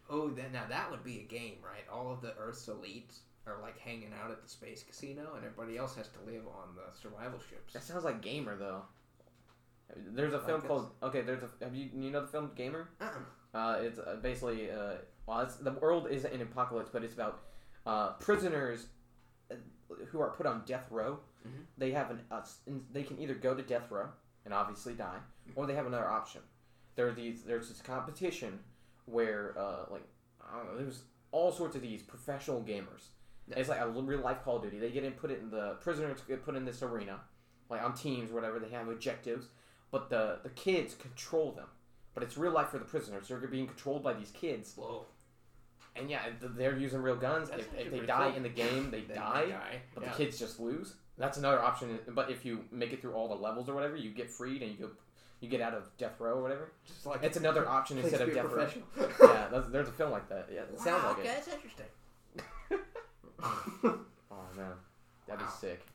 Speaker 2: Oh, then now that would be a game, right? All of the Earth's elites are like hanging out at the space casino, and everybody else has to live on the survival ships.
Speaker 1: That sounds like Gamer though. There's a
Speaker 2: Like
Speaker 1: film
Speaker 2: this?
Speaker 1: called okay. There's a have you you know the film Gamer?
Speaker 2: Uh-uh.
Speaker 1: Uh, it's uh, basically uh, well, it's, the world is an apocalypse, but it's about uh, prisoners uh, who are put on death row.
Speaker 2: Mhm.
Speaker 1: They have an uh, they can either go to death row and obviously die, or they have another option. There are these there's this competition where uh, like I don't know there's all sorts of these professional gamers It's like a l- real life Call of Duty. They get in, put it in the prisoners get put in this arena, like on teams or whatever. They have objectives, but the the kids control them. But it's real life for the prisoners. They're being controlled by these kids,
Speaker 2: Whoa.
Speaker 1: and yeah, th- they're using real guns.
Speaker 2: That's
Speaker 1: If,
Speaker 2: actually
Speaker 1: if they
Speaker 2: pretty
Speaker 1: die
Speaker 2: cool.
Speaker 1: in the game, they
Speaker 2: They
Speaker 1: die. But
Speaker 2: yeah.
Speaker 1: the kids just lose. That's another option. But if you make it through all the levels or whatever, you get freed and you go, you get out of death row or whatever.
Speaker 2: Just like
Speaker 1: It's another option
Speaker 2: Please
Speaker 1: instead
Speaker 2: be
Speaker 1: of
Speaker 2: a
Speaker 1: death row.
Speaker 2: professional.
Speaker 1: Yeah, that's, there's a film like that. Yeah, it sounds
Speaker 2: Wow,
Speaker 1: like
Speaker 2: okay,
Speaker 1: it.
Speaker 2: that's interesting.
Speaker 1: Oh man, that'd be
Speaker 2: Wow.
Speaker 1: sick.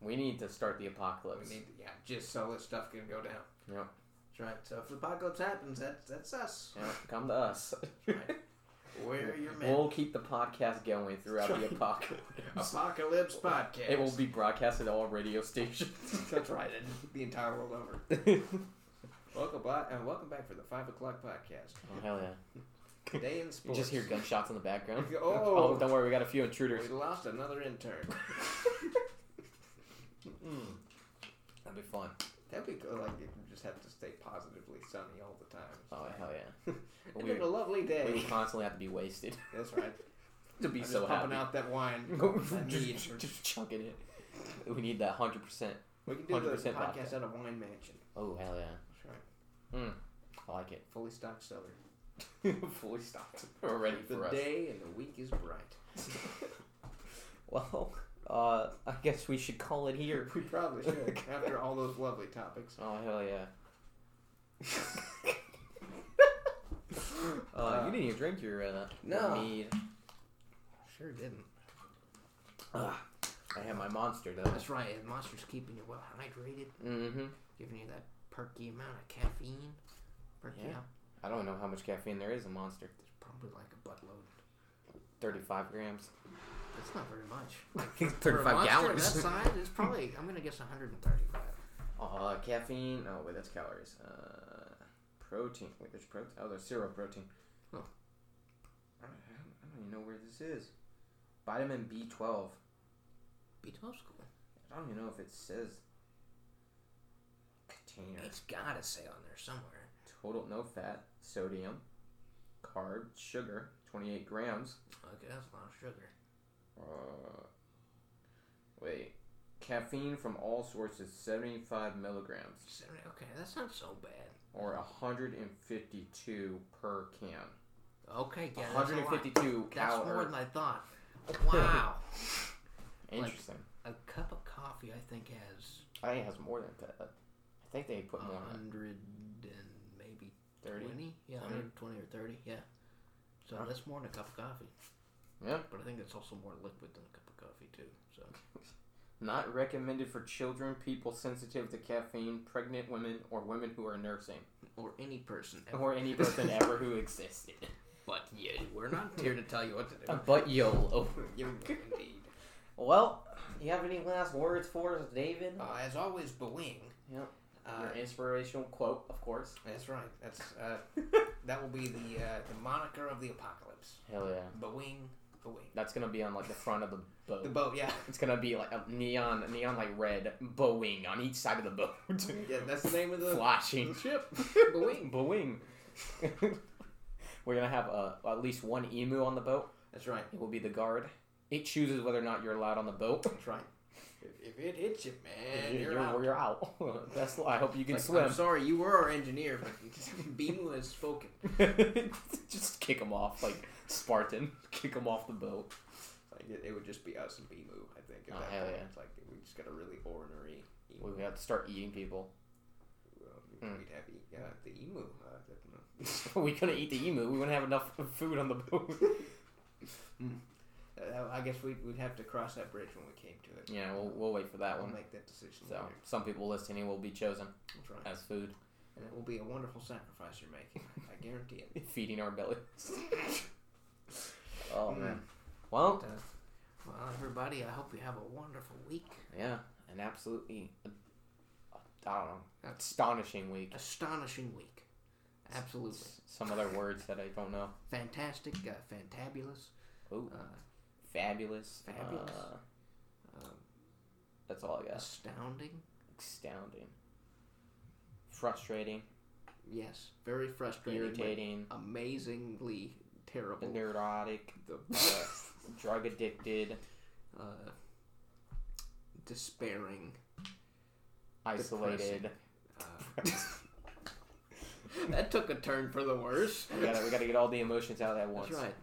Speaker 1: We need to start the
Speaker 2: we
Speaker 1: apocalypse.
Speaker 2: need, yeah, just so this stuff can go down.
Speaker 1: Yeah.
Speaker 2: That's right. So if the apocalypse happens, that's that's us.
Speaker 1: Yeah, come to us.
Speaker 2: We're your men.
Speaker 1: we'll keep the podcast going throughout the
Speaker 2: Oh,
Speaker 1: apocalypse.
Speaker 2: apocalypse podcast.
Speaker 1: It will be broadcasted all radio stations.
Speaker 2: That's right. and The entire world over.
Speaker 1: oh
Speaker 2: Welcome back, and welcome back for the five o'clock podcast.
Speaker 1: Oh, hell yeah!
Speaker 2: Today in
Speaker 1: You
Speaker 2: sports.
Speaker 1: just hear gunshots in the background.
Speaker 2: Oh.
Speaker 1: don't worry, we got a few
Speaker 2: We
Speaker 1: intruders.
Speaker 2: lost another intern.
Speaker 1: Mm. That'd be fun.
Speaker 2: That'd be good. Like if you just have to stay positively sunny all the time.
Speaker 1: Oh hell yeah!
Speaker 2: It's
Speaker 1: we-
Speaker 2: been a lovely
Speaker 1: We
Speaker 2: day.
Speaker 1: would constantly have to be wasted
Speaker 2: That's right.
Speaker 1: to be
Speaker 2: I'm
Speaker 1: so
Speaker 2: just pumping
Speaker 1: happy.
Speaker 2: out that wine. that mead.
Speaker 1: just, just chucking it. We need that hundred percent.
Speaker 2: We can do the
Speaker 1: 100%
Speaker 2: podcast
Speaker 1: vodka.
Speaker 2: out of Wine Mansion.
Speaker 1: Oh hell yeah!
Speaker 2: That's right.
Speaker 1: I like it.
Speaker 2: Fully stocked cellar.
Speaker 1: fully stocked. We're ready
Speaker 2: The
Speaker 1: for us.
Speaker 2: day and the week is bright.
Speaker 1: Well, uh, I guess we should call it here.
Speaker 2: We probably should after all those lovely topics.
Speaker 1: Oh hell yeah! Uh,
Speaker 2: Uh,
Speaker 1: you didn't even drink your uh,
Speaker 2: No.
Speaker 1: mead.
Speaker 2: Sure didn't.
Speaker 1: Ah, I had my monster though.
Speaker 2: That's right. The monster's keeping you well hydrated,
Speaker 1: Mm-hmm.
Speaker 2: giving you that perky amount of caffeine. Perky
Speaker 1: Yeah.
Speaker 2: out.
Speaker 1: I don't know how much caffeine there is in Monster.
Speaker 2: There's probably like a buttload.
Speaker 1: Thirty-five grams.
Speaker 2: That's not very much. For a
Speaker 1: Thirty-five
Speaker 2: monster
Speaker 1: gallons.
Speaker 2: That size it's probably. I'm gonna guess 135.
Speaker 1: Uh, caffeine. Oh wait, that's calories. Uh, protein. Wait, there's protein. Oh, there's zero protein.
Speaker 2: Huh.
Speaker 1: I don't, I don't even know where this is. Vitamin B12.
Speaker 2: B12 school.
Speaker 1: I don't even know if it says container.
Speaker 2: It's gotta say on there somewhere.
Speaker 1: Total no fat, sodium, carb, sugar, 28 grams.
Speaker 2: Okay, that's a lot of sugar.
Speaker 1: Uh, wait. Caffeine from all sources, 75 milligrams
Speaker 2: Seventy- Okay, that's not so bad.
Speaker 1: or 152 per can.
Speaker 2: Okay, yeah, that's a lot.
Speaker 1: 152
Speaker 2: That's more
Speaker 1: calories.
Speaker 2: than I thought. Wow.
Speaker 1: Interesting.
Speaker 2: a cup of coffee, I think, has
Speaker 1: I think it has more than that. I think they put more on
Speaker 2: 100 and maybe
Speaker 1: it. 30?
Speaker 2: 20? Yeah,
Speaker 1: 20?
Speaker 2: 120 or 30, yeah. So
Speaker 1: Huh.
Speaker 2: that's more than a cup of coffee.
Speaker 1: Yeah.
Speaker 2: But I think it's also more liquid than a cup of coffee, too. So
Speaker 1: Not recommended for children, people sensitive to caffeine, pregnant women, or women who are nursing.
Speaker 2: Or any person. Ever.
Speaker 1: Or any person ever who existed.
Speaker 2: But yeah, we're not here to tell you what to do.
Speaker 1: But YOLO.
Speaker 2: You will Indeed.
Speaker 1: Well, you have any last words for us, David?
Speaker 2: Uh, as always, bewing.
Speaker 1: Yep.
Speaker 2: Uh,
Speaker 1: Your inspirational quote, of course.
Speaker 2: that's right. That's uh, that will be the uh, the moniker of the apocalypse.
Speaker 1: Hell yeah.
Speaker 2: Bewing, bewing.
Speaker 1: That's gonna be on like the front of the boat.
Speaker 2: The boat, yeah.
Speaker 1: It's gonna be like a neon, neon like red Boeing on each side of the boat,
Speaker 2: Yeah, that's the name of the,
Speaker 1: flashing.
Speaker 2: the ship. Boeing.
Speaker 1: Boeing. We're gonna have uh, at least one emu on the boat.
Speaker 2: That's right.
Speaker 1: It will be the guard. It chooses whether or not you're allowed on the boat.
Speaker 2: That's right. If, if it hits you, man,
Speaker 1: You-
Speaker 2: you're, out.
Speaker 1: You're out. That's. I hope you can
Speaker 2: Like,
Speaker 1: swim.
Speaker 2: I'm sorry, you were our engineer, but Beamu has spoken.
Speaker 1: just kick him off like Spartan. Kick him off the boat.
Speaker 2: Like it, it would just be us and Beamu, I think. At
Speaker 1: Oh,
Speaker 2: that
Speaker 1: hell
Speaker 2: point.
Speaker 1: yeah.
Speaker 2: It's like we just got a really ornery emu.
Speaker 1: We have to start eating people.
Speaker 2: Um,
Speaker 1: Mm.
Speaker 2: We'd have e- uh, the emu. Uh, that-
Speaker 1: we couldn't eat the emu. We wouldn't have enough food on the boat.
Speaker 2: uh, that- I guess we'd, we'd have to cross that bridge when we came to it.
Speaker 1: yeah, we'll, we'll wait for that
Speaker 2: We'll
Speaker 1: one.
Speaker 2: make that decision
Speaker 1: So
Speaker 2: later.
Speaker 1: some people listening will be chosen
Speaker 2: That's right.
Speaker 1: as food,
Speaker 2: And it will be a wonderful sacrifice you're making. I guarantee it.
Speaker 1: feeding our bellies. oh
Speaker 2: Mm.
Speaker 1: man. Well,
Speaker 2: But, uh, well, everybody, I hope you have a wonderful week.
Speaker 1: yeah, an absolutely, I don't know,
Speaker 2: That's-
Speaker 1: astonishing week.
Speaker 2: Astonishing week. Absolutely.
Speaker 1: Some other words that I don't know.
Speaker 2: Fantastic, uh, fantabulous.
Speaker 1: Ooh,
Speaker 2: Uh,
Speaker 1: fabulous.
Speaker 2: Fabulous.
Speaker 1: Uh,
Speaker 2: um,
Speaker 1: that's all I got.
Speaker 2: astounding.
Speaker 1: astounding, frustrating,
Speaker 2: Yes, very frustrating. but
Speaker 1: irritating,
Speaker 2: Amazingly
Speaker 1: the
Speaker 3: terrible.
Speaker 1: neurotic, uh,
Speaker 3: The
Speaker 1: drug addicted,
Speaker 3: uh, despairing.
Speaker 1: isolated.
Speaker 3: Uh, that took a turn for the worse.
Speaker 1: We gotta, we gotta get all the emotions out at once.
Speaker 3: That's right.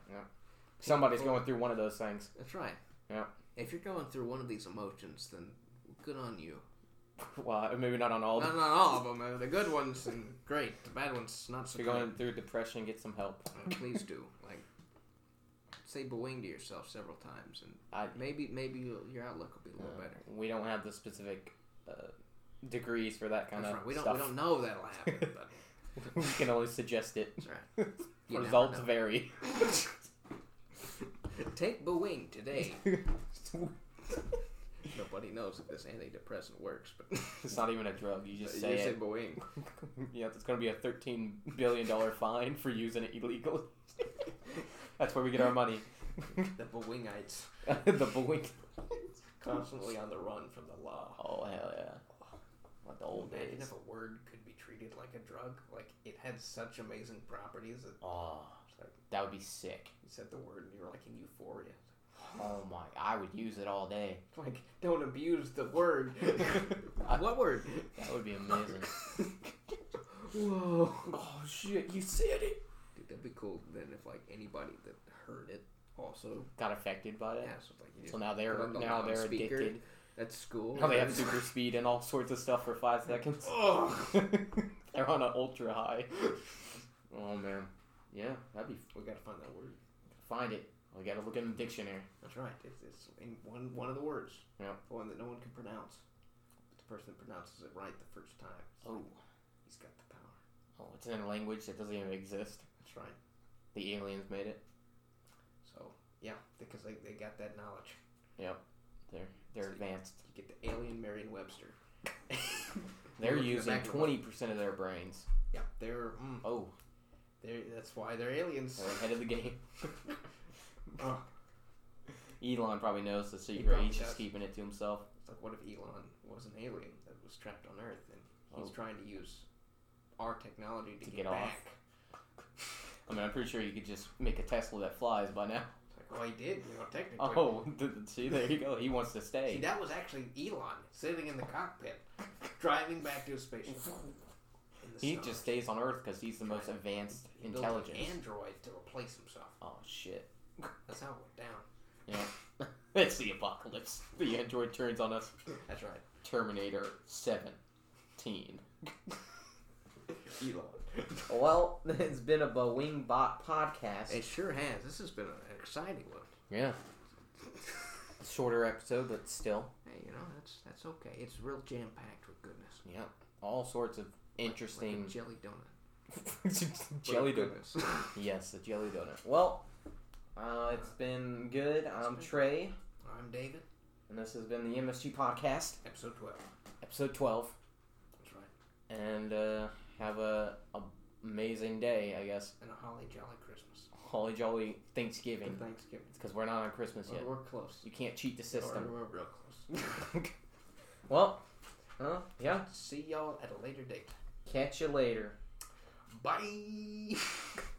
Speaker 1: Somebody's going through one of those things.
Speaker 3: That's right.
Speaker 1: Yeah.
Speaker 3: If you're going through one of these emotions, then good on you.
Speaker 1: Well, uh, maybe not on all. of
Speaker 3: Not,
Speaker 1: them.
Speaker 3: not all of them. uh, The good ones and great. The bad ones not so
Speaker 1: If you're
Speaker 3: good.
Speaker 1: going through depression, get some help.
Speaker 3: Uh, Please do. Like, say "boing" to yourself several times, and
Speaker 1: I,
Speaker 3: maybe maybe you'll, your outlook will be a little
Speaker 1: Uh,
Speaker 3: better.
Speaker 1: We don't have the specific uh, degrees for that kind
Speaker 3: That's
Speaker 1: of
Speaker 3: right. We don't
Speaker 1: stuff.
Speaker 3: we don't know that'll happen, but
Speaker 1: we can only suggest it.
Speaker 3: that's right. You never
Speaker 1: Results
Speaker 3: know.
Speaker 1: vary.
Speaker 3: Take "boing" today.
Speaker 1: it's
Speaker 3: Nobody knows if this antidepressant works, but
Speaker 1: not even a drug. You just
Speaker 3: you
Speaker 1: say
Speaker 3: say
Speaker 1: it.
Speaker 3: "boing."
Speaker 1: yeah, it's going to be a thirteen billion dollar fine for using it illegally. That's where we get our money.
Speaker 3: The "boingites"
Speaker 1: the boink.
Speaker 3: constantly on the run from the law.
Speaker 1: Oh hell yeah! Like the old
Speaker 2: Imagine
Speaker 1: days.
Speaker 2: if a word could be treated like a drug. Like it had such amazing properties that
Speaker 1: Oh,
Speaker 2: it's like
Speaker 1: that would be sick.
Speaker 2: you said the word and you were like in euphoria.
Speaker 1: Oh my! I would use it all day.
Speaker 2: It's Like don't abuse the word.
Speaker 3: what word?
Speaker 1: That would be amazing.
Speaker 3: Whoa.
Speaker 1: oh shit! You said it.
Speaker 3: Dude, that'd be cool then if like anybody that heard it also
Speaker 1: Got affected by
Speaker 3: yeah,
Speaker 1: it.
Speaker 3: so it's like you
Speaker 1: So
Speaker 3: just
Speaker 1: now they're
Speaker 3: put on the
Speaker 1: now they're
Speaker 3: loudspeaker.
Speaker 1: addicted.
Speaker 3: at
Speaker 2: Oh,
Speaker 3: school.
Speaker 1: Now they have
Speaker 3: and-
Speaker 1: super speed and all sorts of stuff for five seconds.
Speaker 3: Ugh.
Speaker 1: they're on an ultra high. Oh man, yeah, that'd be
Speaker 2: we gotta find that word.
Speaker 1: find it. We gotta look in the dictionary.
Speaker 2: That's right. It's, it's in one one of the words.
Speaker 1: Yeah.
Speaker 2: The one that no one can pronounce. But the person that pronounces it right the first time,
Speaker 1: Oh,
Speaker 2: he's got the power.
Speaker 1: oh, it's in a language that doesn't even exist.
Speaker 2: That's right.
Speaker 1: The aliens made it.
Speaker 2: So yeah, because they, they got that knowledge.
Speaker 1: They're advanced.
Speaker 2: You get the alien Merriam-Webster.
Speaker 1: They're
Speaker 2: looking
Speaker 1: using
Speaker 2: back at
Speaker 1: twenty percent of their brains.
Speaker 2: Yeah, they're mm,
Speaker 1: Oh,
Speaker 2: they're that's why they're aliens.
Speaker 1: they're ahead of the game.
Speaker 2: Oh.
Speaker 1: Elon probably knows the secret.
Speaker 2: probably
Speaker 1: He's just
Speaker 2: does.
Speaker 1: keeping it to himself.
Speaker 2: It's like, what if Elon was an alien that was trapped on Earth and he's
Speaker 1: Oh.
Speaker 2: trying to use our technology to,
Speaker 1: To
Speaker 2: get,
Speaker 1: get off.
Speaker 2: back?
Speaker 1: I mean, I'm pretty sure you could just make a Tesla that flies by now.
Speaker 2: It's like, well, he did, you know, technically.
Speaker 1: Oh, see, there you go. He wants to
Speaker 2: See,
Speaker 1: stay.
Speaker 2: that was actually Elon sitting in the cockpit, driving back to his spaceship. in the
Speaker 1: He
Speaker 2: sun.
Speaker 1: just stays on Earth because he's the most
Speaker 2: Right.
Speaker 1: advanced
Speaker 2: He built an
Speaker 1: intelligence.
Speaker 2: android to replace himself.
Speaker 1: Oh shit!
Speaker 2: That's how it went down.
Speaker 1: It's the apocalypse. The android turns on us.
Speaker 2: That's right.
Speaker 1: Terminator Seventeen.
Speaker 2: Elon.
Speaker 1: Well, it's been a Boeing Bot podcast.
Speaker 3: It sure has. This has been an exciting one.
Speaker 1: yeah. Shorter episode, but still,
Speaker 3: Hey, you know that's that's okay. It's real jam packed with goodness.
Speaker 1: yeah, all sorts of
Speaker 3: Like
Speaker 1: interesting
Speaker 3: a jelly donut.
Speaker 1: jelly
Speaker 3: With
Speaker 1: donut.
Speaker 3: goodness.
Speaker 1: Yes, the jelly donut. Well, uh, it's been good. I'm
Speaker 2: been-
Speaker 1: Trey,
Speaker 2: I'm David.
Speaker 1: and this has been the MSG podcast,
Speaker 2: Episode twelve.
Speaker 1: episode twelve.
Speaker 2: That's right.
Speaker 1: and uh, have a, a amazing day. I guess
Speaker 2: And a holly jolly Christmas.
Speaker 1: holly jolly Thanksgiving
Speaker 2: Good Thanksgiving.
Speaker 1: because we're not on Christmas
Speaker 2: Well,
Speaker 1: yet.
Speaker 2: we're close.
Speaker 1: You can't cheat the
Speaker 2: Or
Speaker 1: system.
Speaker 2: We're real close.
Speaker 1: well, uh, yeah.
Speaker 2: See y'all at a later date.
Speaker 1: Catch you later.
Speaker 2: Bye.